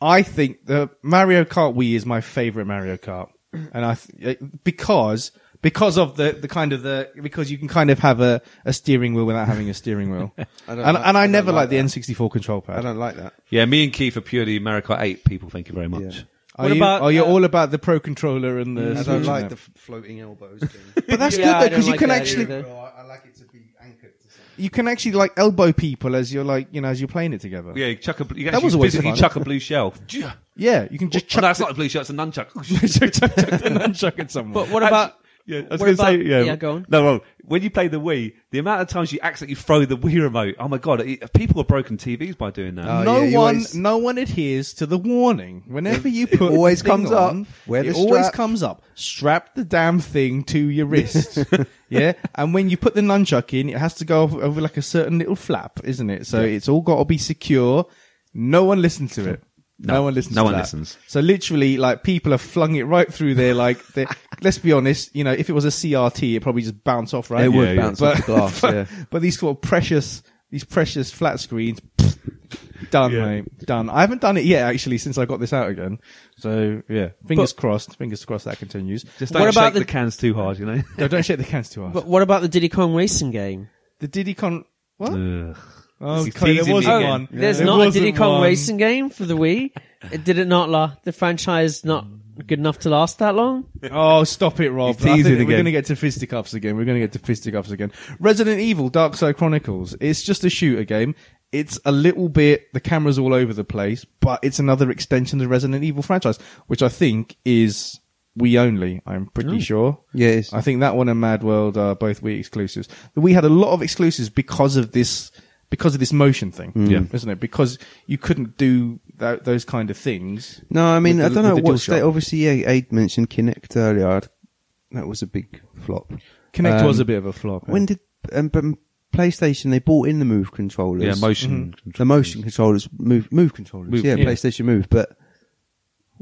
I think the Mario Kart Wii is my favorite Mario Kart, and I th- uh, because because of the, the kind of the because you can kind of have a, a steering wheel without having a steering wheel,
don't
and,
like-
and I,
I don't
never like
like
the
that.
N64 control pad.
I don't like that.
Yeah, me and Keith are purely Mario Kart 8 people. Thank you very much.
Yeah.
Are
What
you,
about,
are you
uh,
all about the pro controller and the?
I
Switch
don't
and
like
that?
the f- floating elbows thing.
but that's
Yeah,
good
I
though
don't
because you
like
can
that
actually
either.
No, Oh, I, I like it to be anchored to something.
you can actually like elbow people as you're like you know as you're playing it together.
Yeah, you chuck a, bl- you
That
actually
was always
physically
fun.
chuck a blue shell.
Yeah, you can just
oh,
chuck
no, it's not a blue shell, it's a nunchuck.
chuck, chuck, chuck the nunchuck at someone.
But what about
Yeah, I was
What
going to say,
about-
yeah.
yeah, go on.
No, well, when you play the Wii, the amount of times you accidentally throw the Wii remote, oh my God, it, people have broken TVs by doing that.
Oh,
no
yeah, you
one,
always-
no one adheres to the warning. Whenever you put,
always
the thing
comes up.
on,
Wear
it
the
always
strap.
comes up. Strap the damn thing to your wrist. yeah, and when you put the nunchuck in, it has to go over, over like a certain little flap, isn't it? So it's all got to be secure. No one listens to it. No, one listens.
no
to
one
that.
listens.
So literally, like people have flung it right through there. Like, they, let's be honest, you know, if it was a CRT, it probably just bounce off, right?
It would
Yeah,
bounce off the glass.
but,
yeah.
but these sort of precious, these precious flat screens, pfft, done,
Yeah.
mate. Done. I haven't done it yet, actually, since I got this out again. So yeah, fingers crossed. Fingers crossed that continues.
Just
What
don't
about
shake the,
the-
cans too hard, you know.
no, don't shake the cans too hard.
But what about the Diddy Kong racing game?
the Diddy Con. What?
Ugh.
oh,
He's
Con- there
teasing me
wasn't
again.
one.
There's
There
not a
wasn't
Diddy Kong
one.
racing game for the Wii. It did it not last? The franchise not good enough to last that long?
Oh, stop it, Rob.
He's teasing
I think
again.
We're going to get to fisticuffs again. We're going to get to fisticuffs again. Resident Evil Dark Side Chronicles. It's just a shooter game. It's a little bit, the camera's all over the place, but it's another extension of the Resident Evil franchise, which I think is we only, I'm pretty sure.
Yeah, it is.
I think that one and Mad World are both Wii exclusives. We had a lot of exclusives because of this, because of this motion thing.
Mm.
Yeah.
Isn't it? Because you couldn't do tho- those kind of things.
No, I mean,
with
I
the-
don't
with
know
the
what's
DualShock.
that. Obviously, yeah, I mentioned Kinect earlier. I'd- that was a big flop.
Connect
Um,
was a bit of a flop. yeah.
When did um, um, PlayStation? They bought in the Move controllers.
Yeah, motion.
the motion controllers, Move Move controllers.
Move,
yeah,
yeah.
PlayStation Move. But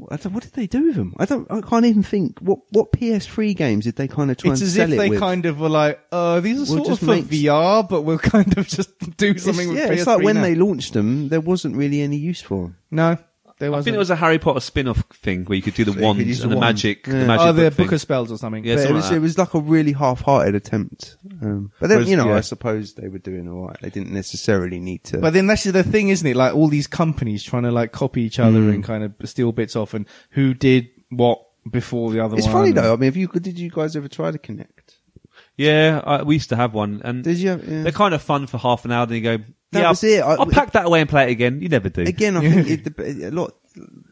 I don't, what did they do with them? I don't. I can't even think. What what PS3 games did they kind of try
it's
and
as
sell
if
it
they
with?
kind of were like, "Oh, these are
We'll
sort of
just
for
make-
VR, but we'll kind of just do
It's-
something with
yeah,
PS3
it's like when
now."
they launched them, there wasn't really any use for them.
no, there
I
wasn't.
think it was a Harry Potter spin-off thing where you could do the wand and
use
the,
the wand.
magic, the
Yeah.
magic
oh, the
book thing.
book of spells or something.
Yeah,
But it
something
was,
like that.
it was like a really half-hearted attempt. Um, but then,
Whereas-
you know,
yeah.
I suppose they were doing all right. They didn't necessarily need to.
But then that's the thing, isn't it? Like all these companies trying to like copy each other
Hmm.
and kind of steal bits off, and who did what before the other
it's
one.
funny
and-
though. I mean, have you did you guys ever try to connect?
Yeah, I, we used to have one, and
Did you have- yeah.
they're kind of fun for half an hour. Then you go,
That
yeah,
was
I'll,
it. I-
I'll pack that away and play it again. You never do.
Again, I think it, dep- a lot,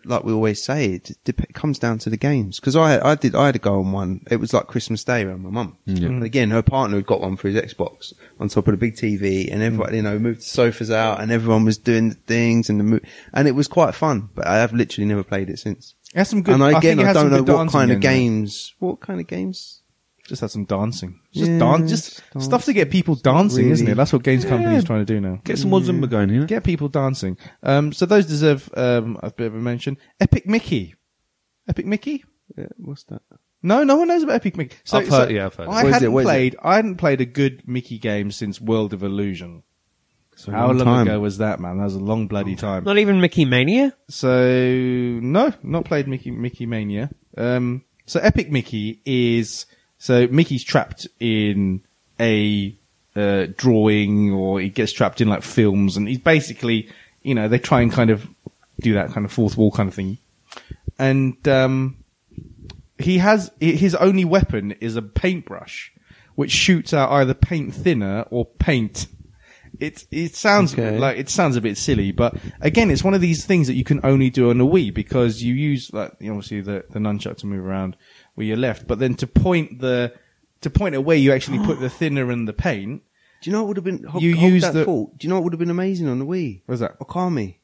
like we always say, it dep- comes down to the games. Because I, I did, I had a go on one. It was like Christmas Day around my mum. And again, her partner had got one for his Xbox on top of the big TV, and everyone, you know, moved the sofas out, and everyone was doing the things, and the mo- and it was quite fun. But I have literally never played it since.
It had some good.
and
I
I,
think
again,
it
I
had some
don't know
good
what
dancing
kind of
in there.
games. What kind of games?
Just had some dancing. Just
Yeah,
dance. Just
dance.
stuff to get people dancing, isn't it?
Really.
That's what games companies trying to do now.
Get some more Zumba going, you know?
Get people dancing. Um, so those deserve um, a bit of a mention. Epic Mickey. Epic Mickey?
Yeah, what's that?
No, no one knows about Epic Mickey. So,
I've heard-
so
yeah, I've heard
I
it. What is it?
hadn't
What is it?
played. I hadn't played a good Mickey game since World of Illusion. How
long
long
time.
ago was that, man? That was a long
Oh.
bloody time.
Not even Mickey Mania.
So no, not played Mickey Mickey Mania. Um, so Epic Mickey is so Mickey's trapped in a uh, drawing, or he gets trapped in like films, and he's basically, you know, they try and kind of do that kind of fourth wall kind of thing, and um, he has i- his only weapon is a paintbrush, which shoots out either paint thinner or paint. It it sounds
Okay.
like it sounds a bit silly, but again, it's one of these things that you can only do on a Wii because you use like you know, obviously the the nunchuck to move around where you're left, but then to point the to point at where you actually put the thinner and the paint.
Do you know what would have been? Hold,
You
hold
use
that
the-
thought. Do you know what would have been amazing on the Wii?
What's that?
Okami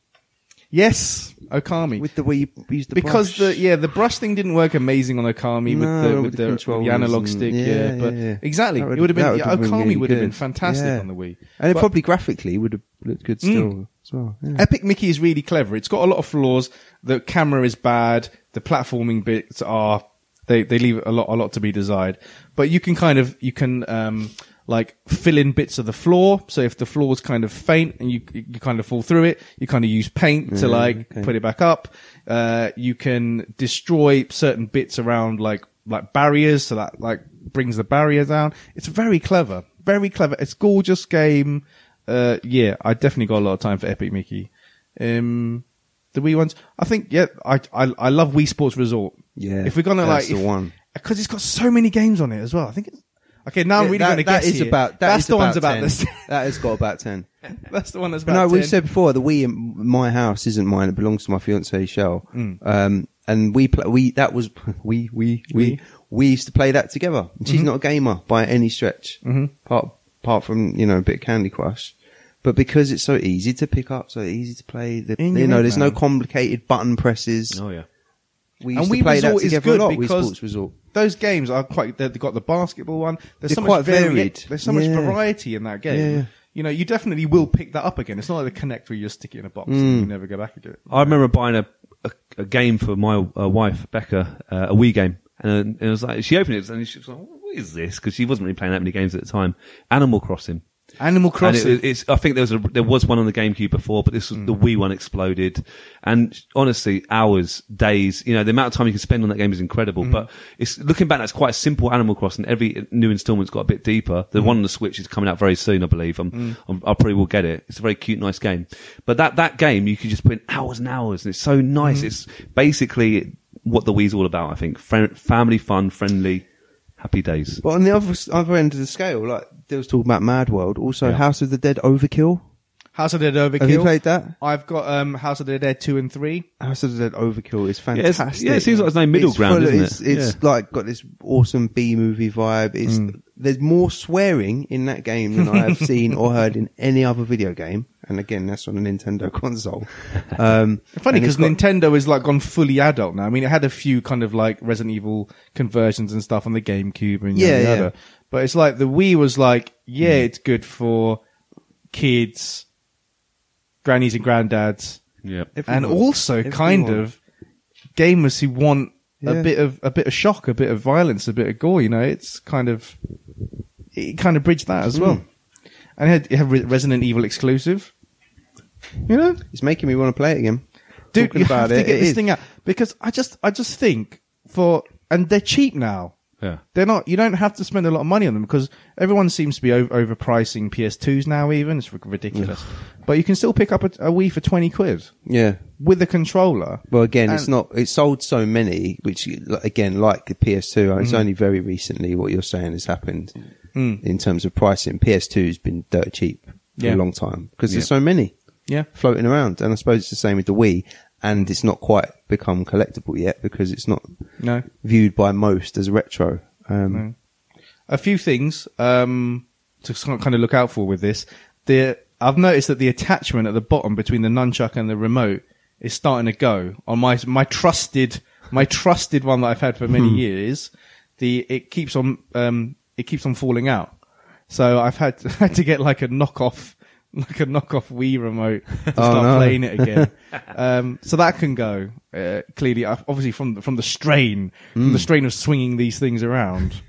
Yes, Okami.
with the way you use the
because
brush.
the yeah the brush thing didn't work amazing on Okami with the
No,
with
with the
the, with the,
controllers
analog
and-
stick yeah,
yeah, yeah,
but
yeah.
exactly
That
it
would-
would have been
that would have been
Okami
really
would have been
good.
fantastic
Yeah.
on the Wii
And
But
it
Hmm.
probably graphically would have looked good still as well. yeah.
Epic Mickey is really clever it's got a lot of flaws the camera is bad the platforming bits are they they leave a lot a lot to be desired but you can kind of you can um like fill in bits of the floor so if the floor is kind of faint and you you kind of fall through it you kind of use paint to like
okay.
put it back up uh you can destroy certain bits around like like barriers, so that like brings the barrier down. It's very clever, very clever. It's gorgeous game. Uh, yeah, I definitely got a lot of time for Epic Mickey. Um, the Wii ones, I think. Yeah, I I, I love Wii Sports Resort.
Yeah,
if we're gonna
that's
like
the one.
because it's got so many games on it as well. I think. It's, okay, now I'm
Yeah,
really
that-
gonna
that
guess
is
here.
about that
that's
is
the
about
one's about
10.
this.
that has got about ten.
that's the one that's about.
no,
10.
we've said before the Wii in my house isn't mine; it belongs to my fiancee Shell.
Hmm.
Um, and we play we that was we we we we used to play that together. And she's
Mm-hmm.
not a gamer by any stretch, mm apart apart from you know a bit of Candy Crush. But because it's so easy to pick up, so easy to play, the,
In
you
your
know,
head,
there's
man.
no complicated button presses.
Oh yeah.
We
and
used
we
to play
resort
that
is
together
good
a lot.
because
Wii Sports Resort.
Those games are quite. They've got the basketball one. There's
They're
so much
quite
vari-
varied.
There's so much
Yeah.
variety in that game.
Yeah.
You know, you definitely will pick that up again. It's not like the connect where you just stick it in a box
Hmm.
and you never go back again.
I remember buying a, a, a game for my uh, wife, Becca, uh, a Wii game. And it was like, she opened it and she was like, what is this? Because she wasn't really playing that many games at the time. Animal Crossing.
Animal Crossing.
And it- it's, I think there was a, there was one on the GameCube before, but this was the Wii one exploded. And honestly, hours, days, you know, the amount of time you can spend on that game is incredible. But it's looking back, that's quite a simple Animal Crossing. Every new installment's got a bit deeper. The one on the Switch is coming out very soon, I believe. I'm, I'm, I probably will get it. It's a very cute, nice game. But that that game, you can just put in hours and hours, and it's so nice. It's basically what the Wii's all about. I think Fri- family fun, friendly, happy days.
But on the other other end of the scale, like there was talking about Mad World, also
Yeah.
House of the Dead Overkill.
House of the Dead Overkill.
Have you played that?
I've got um, House of the Dead 2 and 3.
House of the Dead Overkill
it's-
is fantastic.
yeah, it seems like there's no middle
It's
ground,
full of-
isn't
it's,
it? Hmm.
It's like got this awesome B movie vibe. It's there's more swearing in that game than I have seen or heard in any other video game. And again, that's on a Nintendo console. Um,
Funny
and
because
it's got-
Nintendo is like gone fully adult now. I mean, it had a few kind of like Resident Evil conversions and stuff on the GameCube and
Yeah,
yeah,
yeah. Hmm.
other. But it's like the Wii was like, yeah, it's good for kids, grannies and granddads,
Yeah.
and also kind
Everyone.
of gamers who want
Yeah.
a bit of a bit of shock, a bit of violence, a bit of gore. You know, it's kind of it kind of bridged that as
Hmm.
well. And it had, it had Re- Resident Evil exclusive. You know,
it's making me want to play it again.
dude,
Talking
you
about
have to
it,
get
it
this
is.
thing out because I just, I just think for, and they're cheap now.
Yeah.
They're not. You don't have to spend a lot of money on them because everyone seems to be over, overpricing PS2s now. Even it's ri- ridiculous. but you can still pick up a, a Wii for twenty quid
Yeah.
with a controller.
Well, again, it's
And-
not. It sold so many, which like, again, like the PS2,
Mm.
it's only very recently what you're saying has happened in terms of pricing. PS2 has been dirt cheap for
Yeah.
a long time because there's
Yeah.
so many
Yeah.
floating around, and I suppose it's the same with the Wii, and it's not quite become collectible yet because it's not
No.
viewed by most as retro. Um,
No. a few things um, to sort of- kind of look out for with this. The I've noticed that the attachment at the bottom between the nunchuck and the remote is starting to go on my my trusted my trusted one that I've had for many years. The it keeps on um, it keeps on falling out. So I've had to, had to get like a knockoff like a knockoff Wii remote to start
no.
playing it again. um, so that can go uh, clearly, uh, obviously from the- from the strain from the strain of swinging these things around.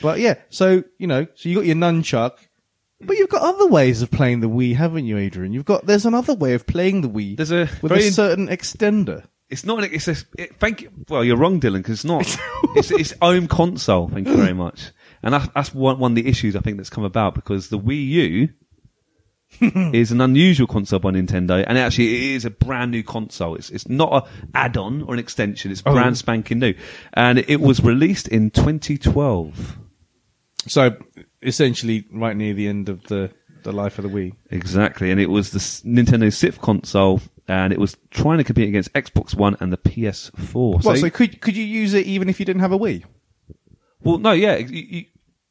But yeah, so you know, so you got your nunchuck, but you've got other ways of playing the Wii, haven't you, Adrian? You've got there's another way of playing the Wii.
There's a
with
very-
a certain extender.
It's not. An, it's a. It, thank you. Well, you're wrong, Dylan, because it's not. it's its own console. Thank you very much. And that's, that's one, one of the issues I think that's come about because the Wii U is an unusual console by Nintendo, and actually it is a brand new console. It's it's not a add-on or an extension. It's brand spanking new, and it was released in 2012.
So essentially, right near the end of the the life of the Wii.
Exactly, and it was the s- Nintendo sixth console, and it was trying to compete against Xbox One and the PS4.
Well, so, could could you use it even if you didn't have a Wii?
Well, no, yeah. You, you,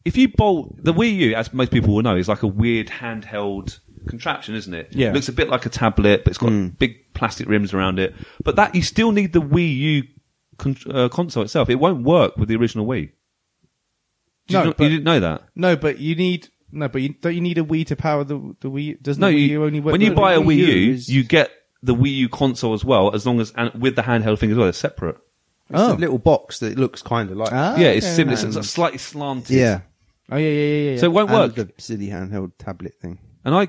if you bolt the Wii U, as most people will know, is like a weird handheld contraption, isn't it?
Yeah. Mm.
It looks a bit like a tablet, but it's got big plastic rims around it. But that you still need the Wii U con- uh, console itself. It won't work with the original Wii. Did
No,
you, not,
but-
you didn't know that.
No, but you need no, but you, don't you need a Wii to power the the Wii? Doesn't
No,
the Wii
you,
U only work
when you
with-
buy a Wii U,
is-
you get the Wii U console as well, as long as and with the handheld thing as well. They're separate.
It's
Oh.
a little box that looks kind of like.
Ah,
yeah, it's
okay,
similar.
nice.
It's like slightly slanted.
Yeah.
Oh yeah, yeah, yeah, yeah.
So it won't
And
work.
the silly handheld tablet thing.
And I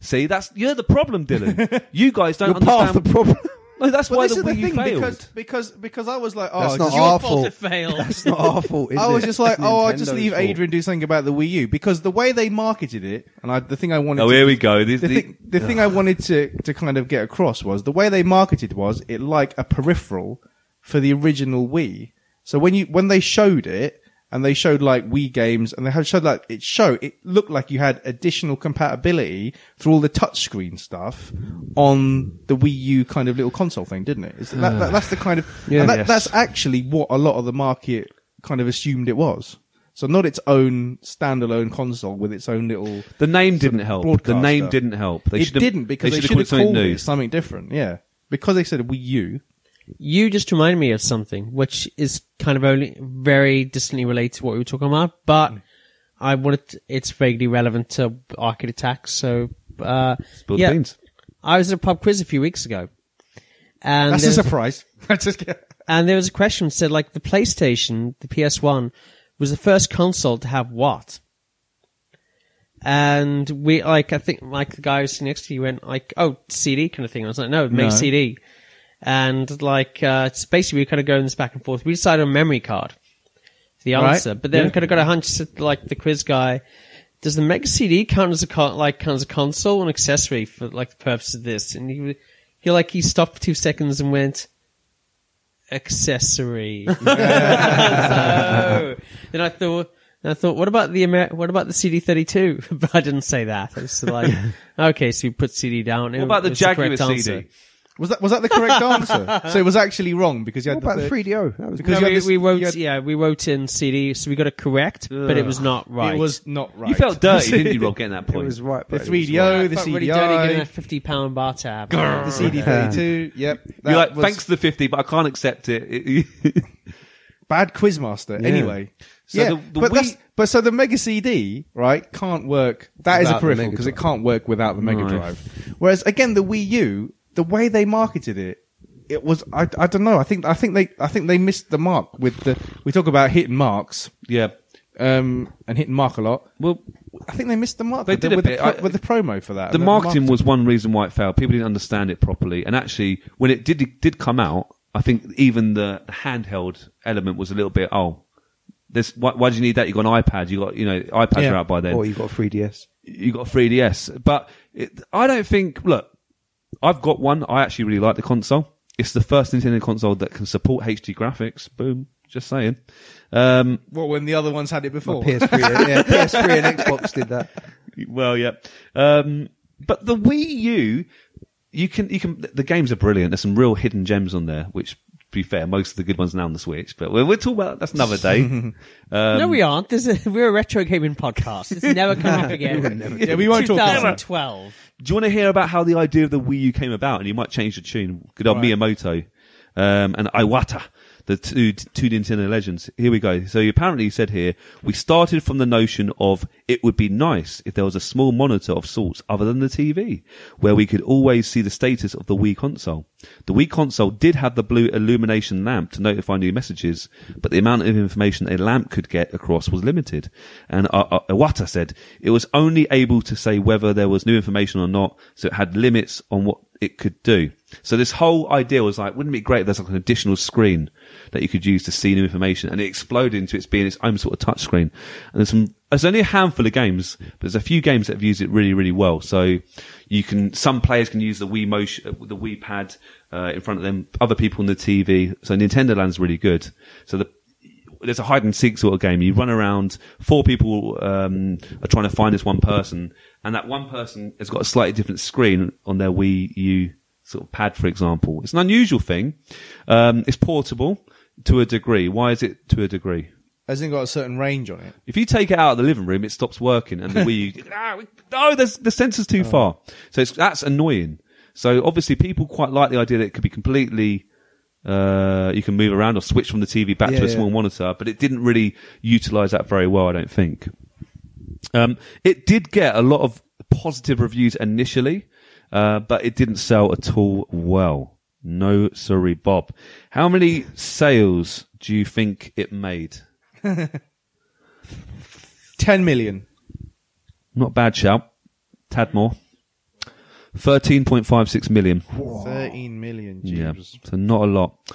see that's you're the problem, Dylan. you guys don't
You're part
understand
of the problem.
No, that's
Well,
why
this is
the
the
Wii U
thing
failed.
because because because I was like, oh,
That's
it's
not
your
our
Fault
fault.
to fail.
It's not our fault. Is
I was
it?
just like,
It's
oh, I'll just
Nintendo's
leave
fault.
Adrian do something about the Wii U because the way they marketed it, and I, the thing I wanted.
Oh,
to,
here we go. This-
the
the-
thing, the thing I wanted to to kind of get across was the way they marketed was it like a peripheral for the original Wii. So when you when they showed it and they showed like Wii games and they had showed like it showed it looked like you had additional compatibility through all the touchscreen stuff on the Wii U kind of little console thing, didn't it? Is that, that, that's the kind of and that,
Yes.
that's actually what a lot of the market kind of assumed it was. So not its own standalone console with its own little.
The name didn't help. The
broadcaster.
name didn't help. They
it
should've-
didn't because they,
should've
should have
something
called
new.
it something different. Yeah, because they said Wii U.
You just reminded me of something, which is kind of only very distantly related to what we were talking about, but
Mm.
I wanted to- it's vaguely relevant to Arcade Attack. So, uh,
Spill the
yeah,
beans.
I was at a pub quiz a few weeks ago, and
That's
there
a
was,
surprise. I just get-
and there was a question that said like the PlayStation, the PS One, was the first console to have what? And we like, I think like the guy who's sitting next to you went like, "Oh, CD kind of thing." I was like, "No, it makes
No.
CD." And like, uh, it's basically we kind of go in this back and forth. We decided on memory card, for the
Right.
answer, but then
Yeah.
kind of got a hunch that like the quiz guy, does the Mega CD count as a con- like count as a console and accessory for like the purpose of this? And he he like he stopped for two seconds and went accessory. So, then I thought, then I thought, what about the Amer- what about the CD32? but I didn't say that. I was like, okay, so you put CD down.
What about the Jaguar CD?
Was that was that the correct answer? So it was actually wrong because you had
What
the
about the
third-
3DO? That was
Because you
no,
had
we,
this-
we wrote,
you had-
yeah, we wrote in CD, so we got it correct, but it was not right.
It was not right.
You felt dirty, didn't you, Rob, getting that
it
point?
was right.
the
but it was wrong.
3DO, the
Felt really dirty getting
CDI,
that fifty pound bar tab.
the CD32. Yep.
You're
that
like,
was
thanks for the 50, but I can't accept it.
Bad quizmaster. Anyway.
So
yeah,
the- the
but,
Wii-
that's- but so the Mega CD, right, can't work. That is a
Without the
peripheral
Mega
because it
Drive.
can't work without the Mega
Right.
Drive. Whereas again, the Wii U, the way they marketed it, it was I, I don't know. I think I think they I think they missed the mark with the. We talk about hitting marks.
yeah.
um, and hitting Mark a lot.
Well,
I think they missed the mark.
They
with the-
did a
with,
bit.
The
I-
pro- with Uh, the promo for that.
the marketing was one reason why it failed. People didn't understand it properly, and actually, when it did it did come out, I think even the handheld element was a little bit oh, this why, why do you need that? You got an iPad, you got you know iPads
Yeah.
are out by then.
Or Oh, you got a 3DS.
you got a 3DS. But it, I don't think. Look, I've got one. I actually really like the console. It's the first Nintendo console that can support HD graphics. Boom. Just saying. Um,
Well, when the other ones had it before.
PS3, yeah, PS3 and Xbox did that.
well, yeah. Um, but the Wii U, you can you can the games are brilliant. There's some real hidden gems on there, which. To be fair, most of the good ones are now on the Switch, but we'll, we'll talk about that's another day. Um,
no, we aren't. There's a, we're a retro gaming podcast. It's never come up again.
Yeah, we won't talk about it.
2012.
Do you want to hear about how the idea of the Wii U came about? And you might change the tune. Good old Miyamoto um, and Iwata, the two, two Nintendo legends. Here we go. So he apparently said here, we started from the notion of it would be nice if there was a small monitor of sorts other than the TV, where we could always see the status of the Wii console. The Wii console did have the blue illumination lamp to notify new messages, but the amount of information a lamp could get across was limited. And I- I- Iwata said it was only able to say whether there was new information or not, so it had limits on what it could do. So this whole idea was like, wouldn't it be great if there's like an additional screen that you could use to see new information? And it exploded into its being its own sort of touchscreen. And there's some, there's only a handful of games, but there's a few games that have used it really, really well. So you can, some players can use the Wii motion, the Wii pad, uh, in front of them, other people on the TV. So Nintendo Land's really good. So the, there's a hide and seek sort of game. You run around, four people um, are trying to find this one person, and that one person has got a slightly different screen on their Wii U sort of pad, for example. It's an unusual thing. Um, it's portable to a degree. Why is it to a degree?
Hasn't got a certain range on it.
If you take it out of the living room, it stops working, and the Wii U, ah, we, no, the, the sensor's
Oh.
too far. So it's, that's annoying. So obviously, people quite like the idea that it could be completely. Uh, you can move around or switch from the TV back to
Yeah,
a
yeah.
small monitor, but it didn't really utilize that very well, I don't think. Um, it did get a lot of positive reviews initially, uh, but it didn't sell at all well. No, sorry, Bob. How many sales do you think it made?
Ten million.
Not a bad shout. Tad more. Thirteen point five six million.
Thirteen million.
Yeah,
Jesus.
so not a lot.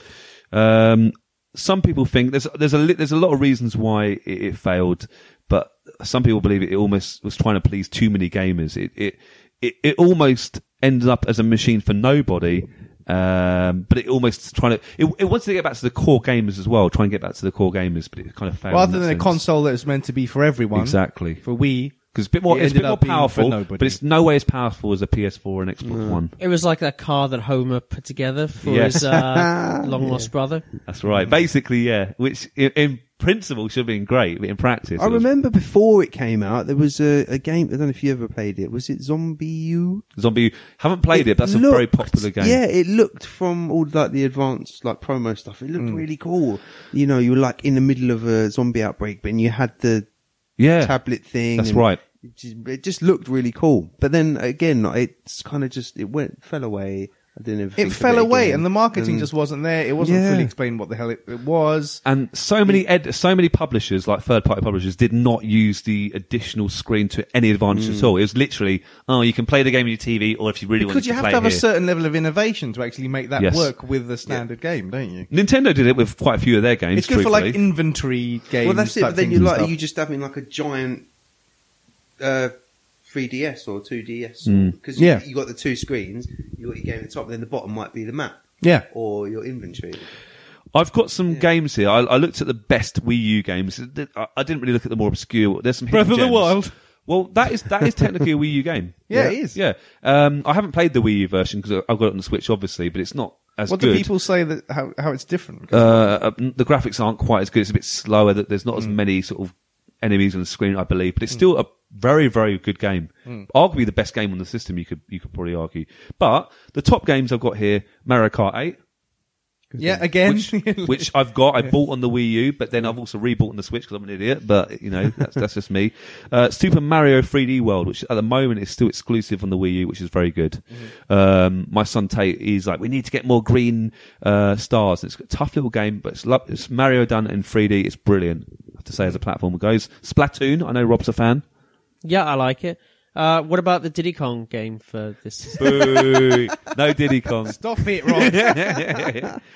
Um, some people think there's there's a li- there's a lot of reasons why it, it failed, but some people believe it, almost was trying to please too many gamers. It it it, it almost ended up as a machine for nobody. Um, but it almost trying to it, it wants to get back to the core gamers as well. Try and get back to the core gamers, but it kind of failed. in
Rather than
that
a
sense.
console that was meant to be for everyone.
exactly
For Wii.
because it's a bit more
It
it's a bit
ended
more
up being for
powerful,
nobody. Mm.
but it's no way as powerful as a PS4 and Xbox One.
It was like that car that Homer put together for
Yes.
his uh, long lost brother.
That's right. Basically, yeah. Which in, in principle should have been great, but in practice,
I
it was
remember before it came out, there was a, a game. I don't know if you ever played it. Was it Zombie U?
zombie. Haven't played it. but That's a very
looked-
popular game.
Yeah, it looked from all like the advanced like promo stuff. It
Mm.
looked really cool. You know, you were like in the middle of a zombie outbreak, but you had the
yeah.
tablet thing.
That's
and
right.
It just, it just looked really cool. But then again, it's kind of just it went fell away. I didn't. Ever
It
think of
fell away,
again.
and the marketing just wasn't there. It wasn't
Yeah.
fully explained what the hell it, it was.
Mm. And so many ed- so many publishers, like third party publishers, did not use the additional screen to any advantage at all. It was literally, oh, you can play the game on your TV, or if you really
Mm.
want
Because
to
you have
play
to have a
it here.
certain level of innovation to actually make that
Yes.
work with the standard game, don't you?
Nintendo did it with quite a few of their games.
It's good for like
truthfully.
inventory games.
Well, that's it.
type
But then
things
you
and
like
stuff.
you just having like a giant uh, 3DS or 2DS
Hmm.
because
Yeah.
you, you got the two screens. You got your game at the top, then the bottom might be the map.
Yeah.
or your inventory.
I've got some games here. I, I looked at the best Wii U games. I, I didn't really look at the more obscure. There's some hidden
Breath of the
gems.
Wild.
Well, that is that is technically a Wii U game.
Yeah, it is.
Yeah, um, I haven't played the Wii U version because I've got it on the Switch, obviously, but it's not as
what
good.
do people say that how, how it's different?
uh, uh, the graphics aren't quite as good. It's a bit slower. That there's not
Mm.
as many sort of enemies on the screen, I believe, but it's still a very, very good game.
Mm.
Arguably the best game on the system. You could you could probably argue. But the top games I've got here: Mario Kart 8,
yeah, again,
which, which I've got. I bought on the Wii U, but then I've also rebought on the Switch because I'm an idiot. But you know, that's, that's just me. Uh, Super Mario 3D World, which at the moment is still exclusive on the Wii U, which is very good.
Mm-hmm.
Um, my son Tate, he's like, we need to get more green uh, stars. And it's a tough little game, but it's, lo- it's Mario done in 3D. It's brilliant. I have to say, as a platform goes. Splatoon, I know Rob's a fan.
Yeah, I like it. Uh, what about the Diddy Kong game for this?
Boo! no Diddy Kong.
stop it, Rob.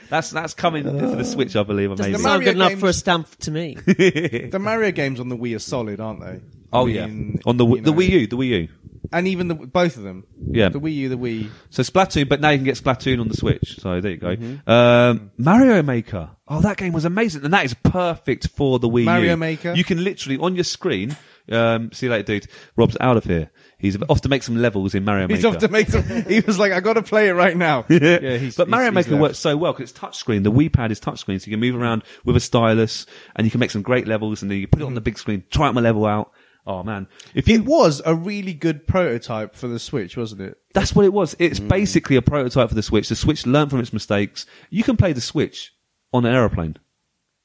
that's that's coming for the Switch, I believe.
Doesn't
Amazing.
Mario
sound good enough for a
games-
stamp to me.
the Mario games on the Wii are solid, aren't they?
Oh
I
yeah,
mean,
on the
you
Wii- the
know,
Wii U, the Wii U.
and even the both of them.
Yeah.
the Wii U, the Wii.
So Splatoon, but now you can get Splatoon on the Switch. So there you go.
Mm-hmm.
Um, Mario Maker. Oh, that game was amazing, and that is perfect for the Wii
Mario
U.
Maker.
You can literally on your screen. Um, see you later, dude. Rob's out of here. He's off to make some levels in Mario
He's
Maker.
off to make some. He was like, I got to play it right now. yeah, he's,
but Mario
he's- he's
Maker
left.
works so well because it's touchscreen. The Wii Pad is touchscreen, so you can move around with a stylus, and you can make some great levels. And then you put it on the big screen. Try out my level out. Oh man, if you
It was a really good prototype for the Switch, wasn't it?
That's what it was. It's
Hmm.
basically a prototype for the Switch. The Switch learned from its mistakes. You can play the Switch on an aeroplane.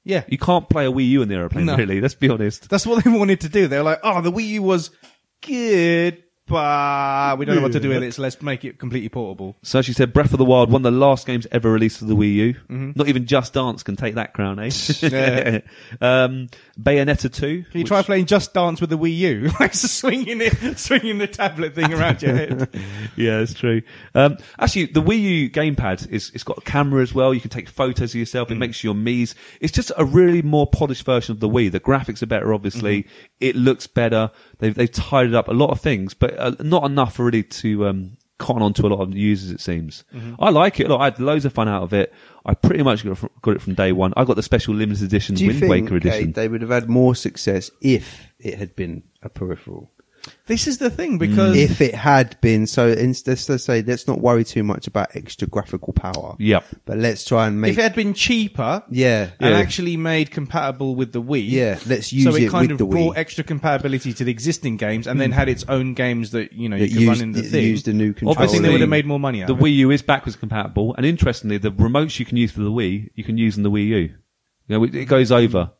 Yeah,
You can't play a Wii U in the aeroplane,
No.
really. Let's be honest.
that's what they wanted to do. They were like, oh, the Wii U was good, but we don't know what to do with it, so let's make it completely portable.
So she said, Breath of the Wild, one of the last games ever released for the Wii U. Not even Just Dance can take that crown, eh?
Mm-hmm. Yeah.
um, Bayonetta 2.
Can you try playing Just Dance with the Wii U? like swinging it, swinging the tablet thing around your head.
yeah, it's true. Um, actually, the Wii U gamepad is it's got a camera as well. You can take photos of yourself. It
Mm.
makes your Mii's. It's just a really more polished version of the Wii. The graphics are better, obviously.
Mm-hmm.
It looks better. They've they've tidied up a lot of things, but uh, not enough really to um, cotton on to a lot of users. It seems.
Mm-hmm.
I like it. a lot. I had loads of fun out of it. I pretty much got, it from- got it from day one. I got the special limited edition
Do you
Wind
think uh,
Waker
okay,
edition.
they would have had more success if it had been a peripheral?
this is the thing because
If it had been, so instead of say, let's not worry too much about extra graphical power.
Yep.
But let's try and
if
make.
it had been cheaper,
yeah.
and
Yeah.
actually made compatible with the Wii.
Yeah, let's
so
use
it
it
kind
with
of
the Wii.
brought extra compatibility to the existing games, and then had its own games that you know you
That
could run
used,
in the
that
thing.
used the new controller.
I think they would have made more money out
The
of it.
Wii U is backwards compatible, and interestingly, the remotes you can use for the Wii, you can use in the Wii U. You know, it, it goes over.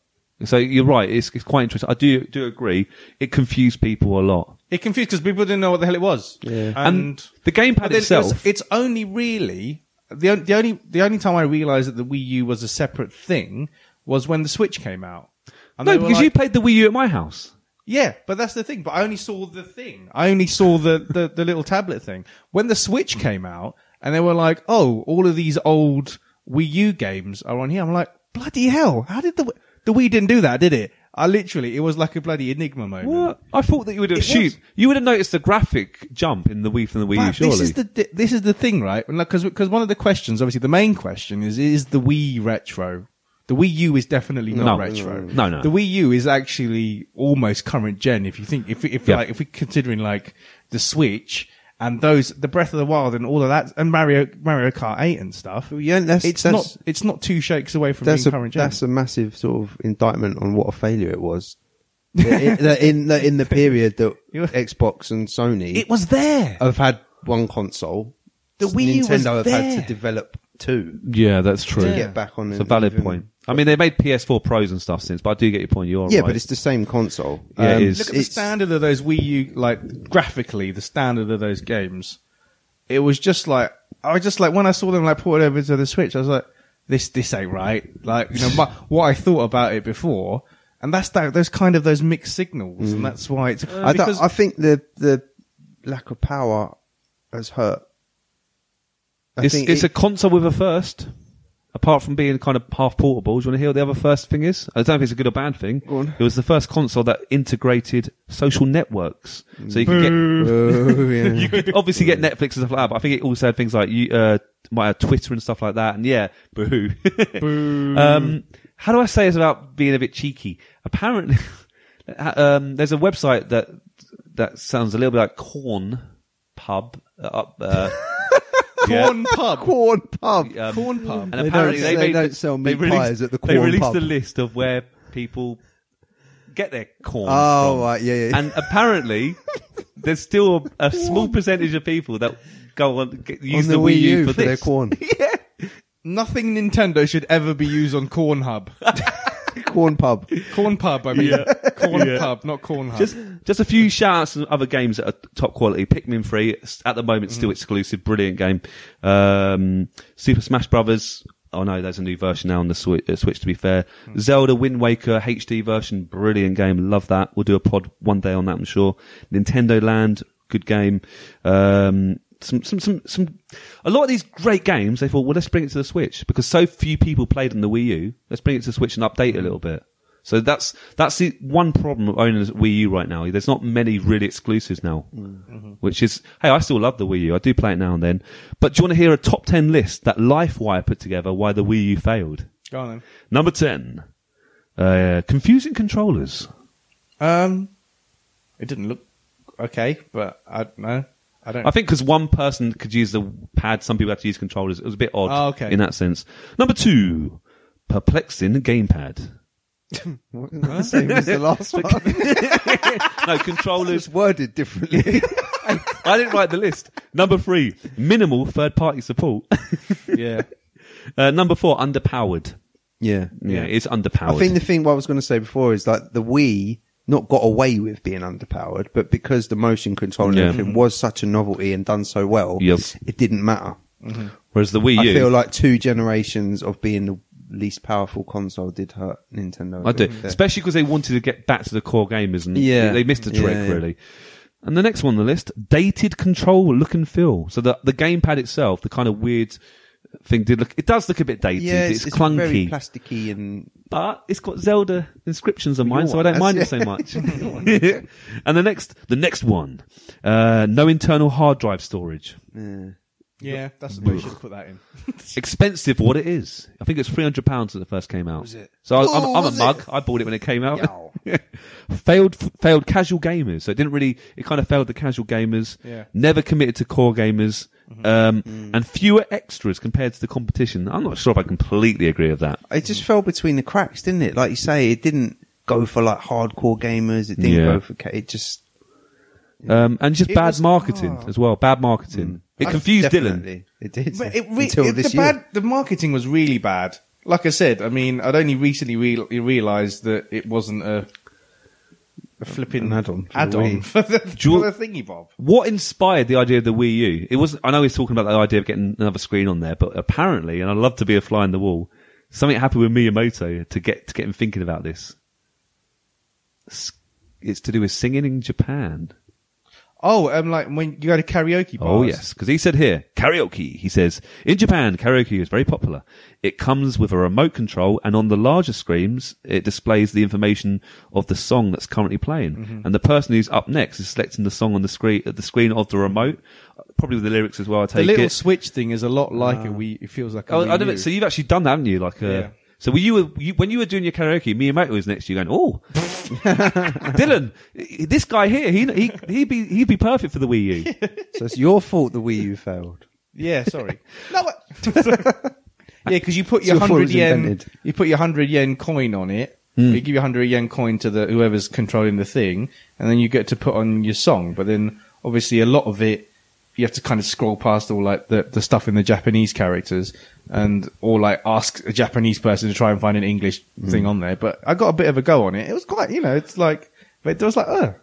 So you're right. It's, it's quite interesting. I do do agree. It confused people a lot.
It confused because people didn't know what the hell it was. And,
the gamepad
but then it was-
itself.
it's only really the, on- the only the only time I realized that the Wii U was a separate thing was when the Switch came out. And
no,
they were
because
like-
you played the Wii U at my house.
Yeah, but that's the thing. But I only saw the thing. I only saw the, the, the little tablet thing. When the Switch came out and they were like, oh, all of these old Wii U games are on here. I'm like, bloody hell. How did the, the Wii didn't do that, did it? I literally, it was like a bloody Enigma moment.
What? I thought that you would have shoot.
was-
You would have noticed the graphic jump in the Wii from the Wii U.
But
Surely.
this is the di- this is the thing, right? Because because one of the questions, obviously, the main question is is the Wii retro? The Wii U is definitely not
No.
retro.
Mm.
No, no.
The Wii U is actually almost current gen. If you think if if
Yeah.
like if we're considering like the Switch and those the Breath of the Wild and all of that and Mario Mario Kart Eight and stuff.
Well, yeah, that's-
it's
that's-
not it's not two shakes away from being
that's a,
current gen.
that's a massive sort of indictment on what a failure it was. That in, that in, that in the period that Xbox and Sony
it was there.
have had one console,
The Wii U
Nintendo
was
have
there.
had to develop two
yeah, that's true.
to get back on.
It's a valid point. I mean, they made PS4 Pros and stuff since, but I do get your point. You're
Yeah,
right.
but it's the same console.
Yeah, it
Um,
is.
Look at the
it's-
standard of those Wii U, like graphically, the standard of those games. it was just like I was just like when I saw them like ported over to the Switch, I was like, this this ain't right. Like you know, my, what I thought about it before, and that's that those kind of those mixed signals, and that's why it's
Uh,
I, don't-
Uh, because
I think the the lack of power has hurt. I
It's,
think
it's a
it-
console with a first. Apart from being kind of half portable, do you want to hear what the other first thing is? I don't know if it's a good or bad thing.
Go on.
It was the first console that integrated social networks, so you could get
Oh, yeah.
you could obviously get Netflix and stuff like that, but I think it also had things like you uh, might have Twitter and stuff like that. And yeah, boo. boo. Um, how do I say this without being a bit cheeky? Apparently, um, there's a website that that sounds a little bit like Corn Pub uh, up. Uh,
corn pub,
corn pub.
um,
corn pub.
and
They
apparently
don't-
they,
they
made-
don't sell
they
meat
released,
pies at the
They
corn
released
pub.
a list of where people get their corn.
Oh,
from.
right, yeah, yeah.
And apparently, there's still a, a small percentage of people that go on get, use
On
the, Wii U for,
for their
this.
corn.
Nothing Nintendo should ever be used on Corn Hub,
corn pub.
Corn Pub. I mean, Corn Pub, not Corn Hub.
Just, just a few shout-outs and other games that are top quality. Pikmin 3, s- at the moment, still exclusive. Brilliant game. Um, Super Smash Brothers. Oh no, there's a new version now on the Switch, uh, Switch to be fair. Zelda Wind Waker HD version. Brilliant game. Love that. We'll do a pod one day on that, I'm sure. Nintendo Land. Good game. Um, some, some, some, some, a lot of these great games, they thought, well, let's bring it to the Switch because so few people played on the Wii U. Let's bring it to the Switch and update it a little bit. So that's that's the one problem of owning a Wii U right now. There's not many really exclusives now,
Mm-hmm.
which is hey, I still love the Wii U. I do play it now and then. But do you want to hear a top ten list that LifeWire put together why the Wii U failed?
Go on
Number ten, uh, confusing controllers.
then. Um, it didn't look okay, but I don't know. I don't.
I think because one person could use the pad, some people had to use controllers. It was a bit odd
Oh, okay.
in that sense. Number two, perplexing gamepad.
Same as the last one.
No controllers.
It's worded differently.
I didn't write the list. Number three, minimal third-party support.
yeah.
Uh, number four, underpowered.
yeah.
Yeah, it's underpowered.
I think the thing what I was going to say before is like the Wii not got away with being underpowered, but because the motion control and
Yeah.
everything was such a novelty and done so well,
Yep.
it didn't matter.
Whereas the Wii
I
U,
feel like two generations of being the least powerful console did hurt Nintendo. uh, a
I do,
bit there.
especially because they wanted to get back to the core gamers, and
Yeah.
they missed a trick
Yeah, yeah.
really. And the next one on the list, dated control look and feel. So the the gamepad itself, the kind of weird thing did look. It does look a bit dated.
yeah, it's,
it's,
it's very
clunky,
plasticky and
but it's got Zelda inscriptions on mine, so I don't
ass,
mind it so much. and the next, the next one, uh, no internal hard drive storage.
uh,
Yeah, that's we should put that in.
expensive for what it is. I think it's three hundred pounds when it first came out. So I, I'm, I'm a mug. I bought it when it came out. failed failed casual gamers. So it didn't really. It kind of failed the casual gamers.
Yeah.
Never committed to core gamers. Um, and fewer extras compared to the competition. I'm not sure if I completely agree with that.
it just fell between the cracks, didn't it? Like you say, it didn't go for like hardcore gamers. It didn't
Yeah.
go for ca- it just
Um, and just
It
bad
was-
marketing as well. Bad marketing. It confused Dylan.
Definitely. It did
But it re-
until
it-
this
the
year.
bad the marketing was really bad. Like I said, I mean, I'd only recently re- realized that it wasn't a, a flipping
An add-on for the
add-on
Wii.
for the,
you-
for the thingy bob.
What inspired the idea of the Wii U? It was I know he's talking about the idea of getting another screen on there, but apparently, and I'd love to be a fly in the wall, something happened with Miyamoto to get to get him thinking about this. S- It's to do with singing in Japan.
Oh, um, like when you go to karaoke bars.
Oh yes, because he said here karaoke. He says in Japan karaoke is very popular. It comes with a remote control, and on the larger screens, it displays the information of the song that's currently playing,
Mm-hmm.
and the person who's up next is selecting the song on the screen at the screen of the remote, probably with the lyrics as well. I
the
take
little
it.
switch thing is a lot like a Wii. It feels like a
Oh,
Wii
I don't know.
U.
So you've actually done that, haven't you? Like, uh,
Yeah.
so were you, you when you were doing your karaoke? Miyamoto was next to you, going, "Oh, Dylan, this guy here, he he he'd be he'd be perfect for the Wii U."
So it's your fault the Wii U failed.
Yeah, sorry. no, what? Sorry. yeah, because you put
It's
your
your fault it
hundred
was
yen,
invented.
you put your hundred yen coin on it.
Hmm.
You give your hundred yen coin to the whoever's controlling the thing, and then you get to put on your song. But then, obviously, a lot of it you have to kind of scroll past all like the, the stuff in the Japanese characters, and or like ask a Japanese person to try and find an English
Hmm.
thing on there. But I got a bit of a go on it. It was quite, you know, it's like, but it was like, oh,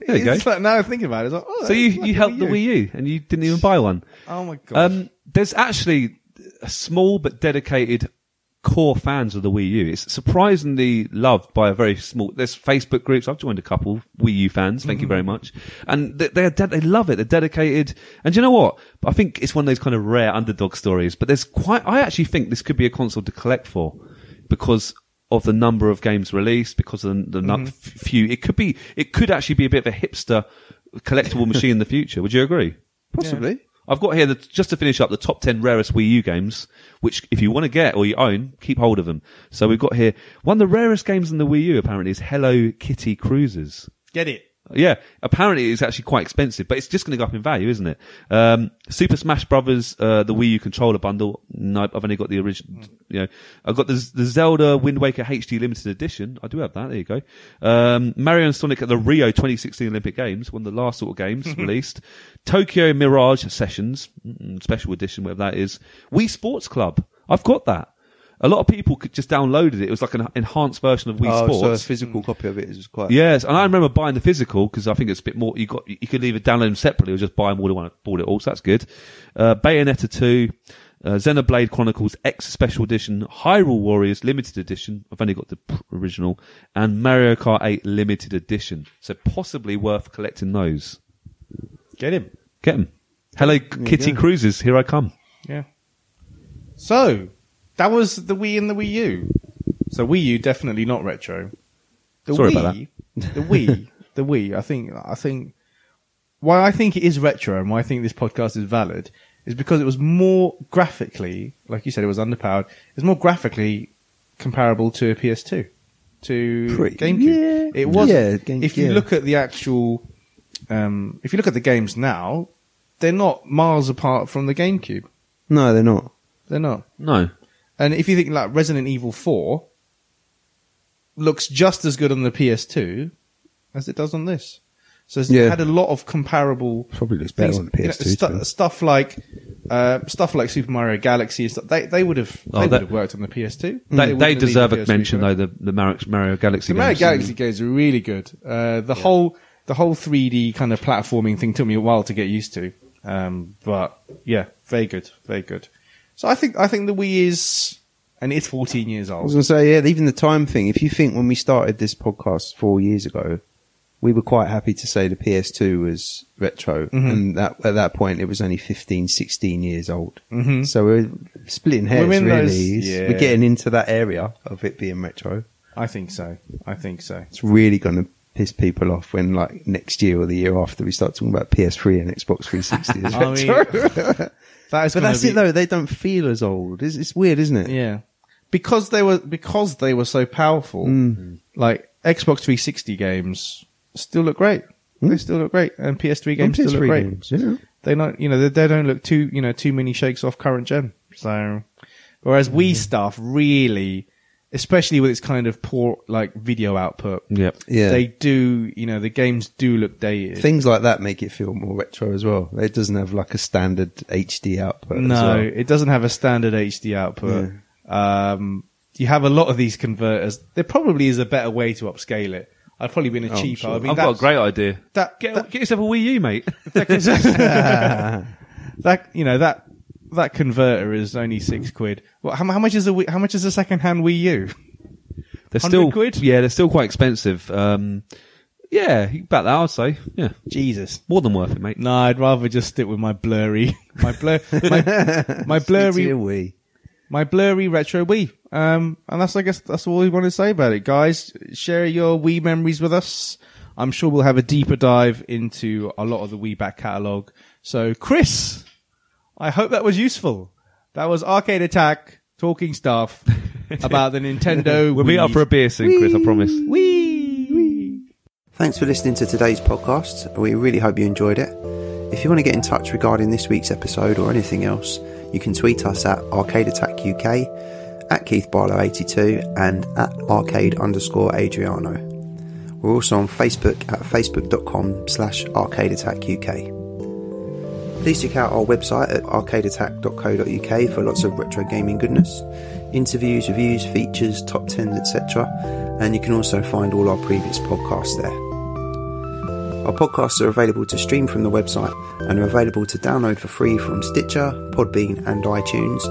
There you go.
It's like, now I'm thinking about it. It's like, oh,
So you,
that's
you
like
helped the Wii
U.
U and you didn't even buy one.
Oh my god.
Um, there's actually a small but dedicated core fans of the Wii U. It's surprisingly loved by a very small. There's Facebook groups. I've joined a couple Wii U fans.
Mm-hmm.
Thank you very much. And they they're de- they love it. They're dedicated. And do you know what? I think it's one of those kind of rare underdog stories. But there's quite. I actually think this could be a console to collect for because. Of the number of games released, because of the, the nu- f- few, it could be, it could actually be a bit of a hipster collectible machine in the future. Would you agree?
Possibly.
I've got here the, just to finish up the top 10 rarest Wii U games, which if you want to get or you own, keep hold of them. So we've got here one of the rarest games in the Wii U apparently is Hello Kitty Cruises.
Get it.
Yeah, apparently it's actually quite expensive, but it's just going to go up in value, isn't it? Um, Super Smash Brothers, uh, the Wii U controller bundle. No, I've only got the
Hmm.
original. You know, I've got the, Z- the Zelda Wind Waker HD limited edition. I do have that. There you go. Um, Mario and Sonic at the Rio 2016 Olympic Games, one of the last sort of games released. Tokyo Mirage Sessions mm, special edition, whatever that is. Wii Sports Club. I've got that. A lot of people could just downloaded it. It was like an enhanced version of Wii
oh,
Sports.
so a physical copy of it is quite.
Yes, and I remember buying the physical because I think it's a bit more. You got you could either download them separately or just buy them all in one. Bought it all, so that's good. Uh, Bayonetta two, uh, Xenoblade Chronicles X Special Edition, Hyrule Warriors Limited Edition. I've only got the pr- original, and Mario Kart Eight Limited Edition. So possibly worth collecting those.
Get him.
Get them. Hello, Kitty Cruises. Here I come.
Yeah. So that was the Wii and the Wii U. So Wii U definitely not retro. The
Sorry
Wii,
about
the Wii, the Wii. I think I think why I think it is retro and why I think this podcast is valid is because it was more graphically, like you said, it was underpowered. It was more graphically comparable to a PS2, to
Pretty-
GameCube.
yeah.
It was.
Yeah, Game-
if you
yeah.
look at the actual, um, if you look at the games now, they're not miles apart from the GameCube.
No, they're not.
They're not.
No,
And if you think like Resident Evil 4 looks just as good on the PS2 as it does on this. So it's
Yeah.
had a lot of comparable
Probably looks better on the
you know,
PS2, to be
stu-
honest.
stuff like uh, stuff like Super Mario Galaxy and stuff. They they would have
Oh,
they
that-
would have worked on the PS2.
they,
wouldn't
they
have needed
deserve a
PS3
mention
for it.
though. The the Mario, Mario Galaxy.
The Mario
games.
Galaxy games are really good. Uh, the whole the whole 3D kind of platforming thing took me a while to get used to, um, but yeah, very good, very good. So I think I think the Wii is and it's 14 years
I was
old.
going to say, yeah, even the time thing. If you think when we started this podcast four years ago, we were quite happy to say the PS2 was retro.
Mm-hmm.
And that, at that point, it was only 15, 16 years old. Mm-hmm. So we're splitting hairs,
We're in
really.
those-
It's-
yeah.
We're getting into that area of it being retro.
I think so. I think so.
It's really going to piss people off when, like, next year or the year after, we start talking about PS3 and Xbox 360 as
I
retro.
mean, that is
but
gonna
that's
be-
it, though. They don't feel as old. It's, it's weird, isn't it?
Yeah, because they were because they were so powerful. Like Xbox 360 games still look great. They still look great, and PS3 games still look
PS3
great.
Hmm? games, yeah.
They not you know they, they don't look too you know too many shakes off current gen. So whereas
Mm-hmm.
Wii stuff really, especially with its kind of poor like video output,
Yep.
Yeah.
they do you know the games do look dated.
things like that make it feel more retro as well. It doesn't have like a standard HD output. as
No,
well.
it doesn't have a standard HD output. Um, you have a lot of these converters. There probably is a better way to upscale it. I'd probably been a
Oh, I'm
cheaper.
sure.
I mean,
I've got a
that's-
great idea.
that-
get,
that-
get yourself a Wii U, mate.
that you know that that converter is only six quid. Well, how, how much is a Wii- how much is a second hand Wii U? 100
They're still
quid?
Yeah, they're still quite expensive. Um, yeah, about that I'd say. Yeah,
Jesus.
more than worth it, mate.
No, I'd rather just stick with my blurry, my blur, my, my blurry
Dear we.
my blurry retro Wii. Um, and that's, I guess, that's all we want to say about it, guys. Share your Wii memories with us. I'm sure we'll have a deeper dive into a lot of the Wii back catalog. So, Chris, I hope that was useful. That was Arcade Attack talking stuff about the Nintendo.
We'll meet
Wii.
up for a beer soon, Chris. I promise.
Wii. Wii.
Thanks for listening to today's podcast. We really hope you enjoyed it. If you want to get in touch regarding this week's episode or anything else, you can tweet us at Arcade Attack UK, at Keith Barlow 82, and at arcade underscore Adriano. We're also on Facebook at facebook.com slash arcade attack UK. Please check out our website at arcadeattack.co.uk for lots of retro gaming goodness, interviews, reviews, features, top 10s, etc. And you can also find all our previous podcasts there. Our podcasts are available to stream from the website and are available to download for free from Stitcher, Podbean, and iTunes,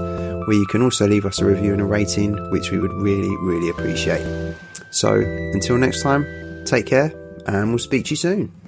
where you can also leave us a review and a rating, which we would really, really appreciate. So, until next time, take care, and we'll speak to you soon.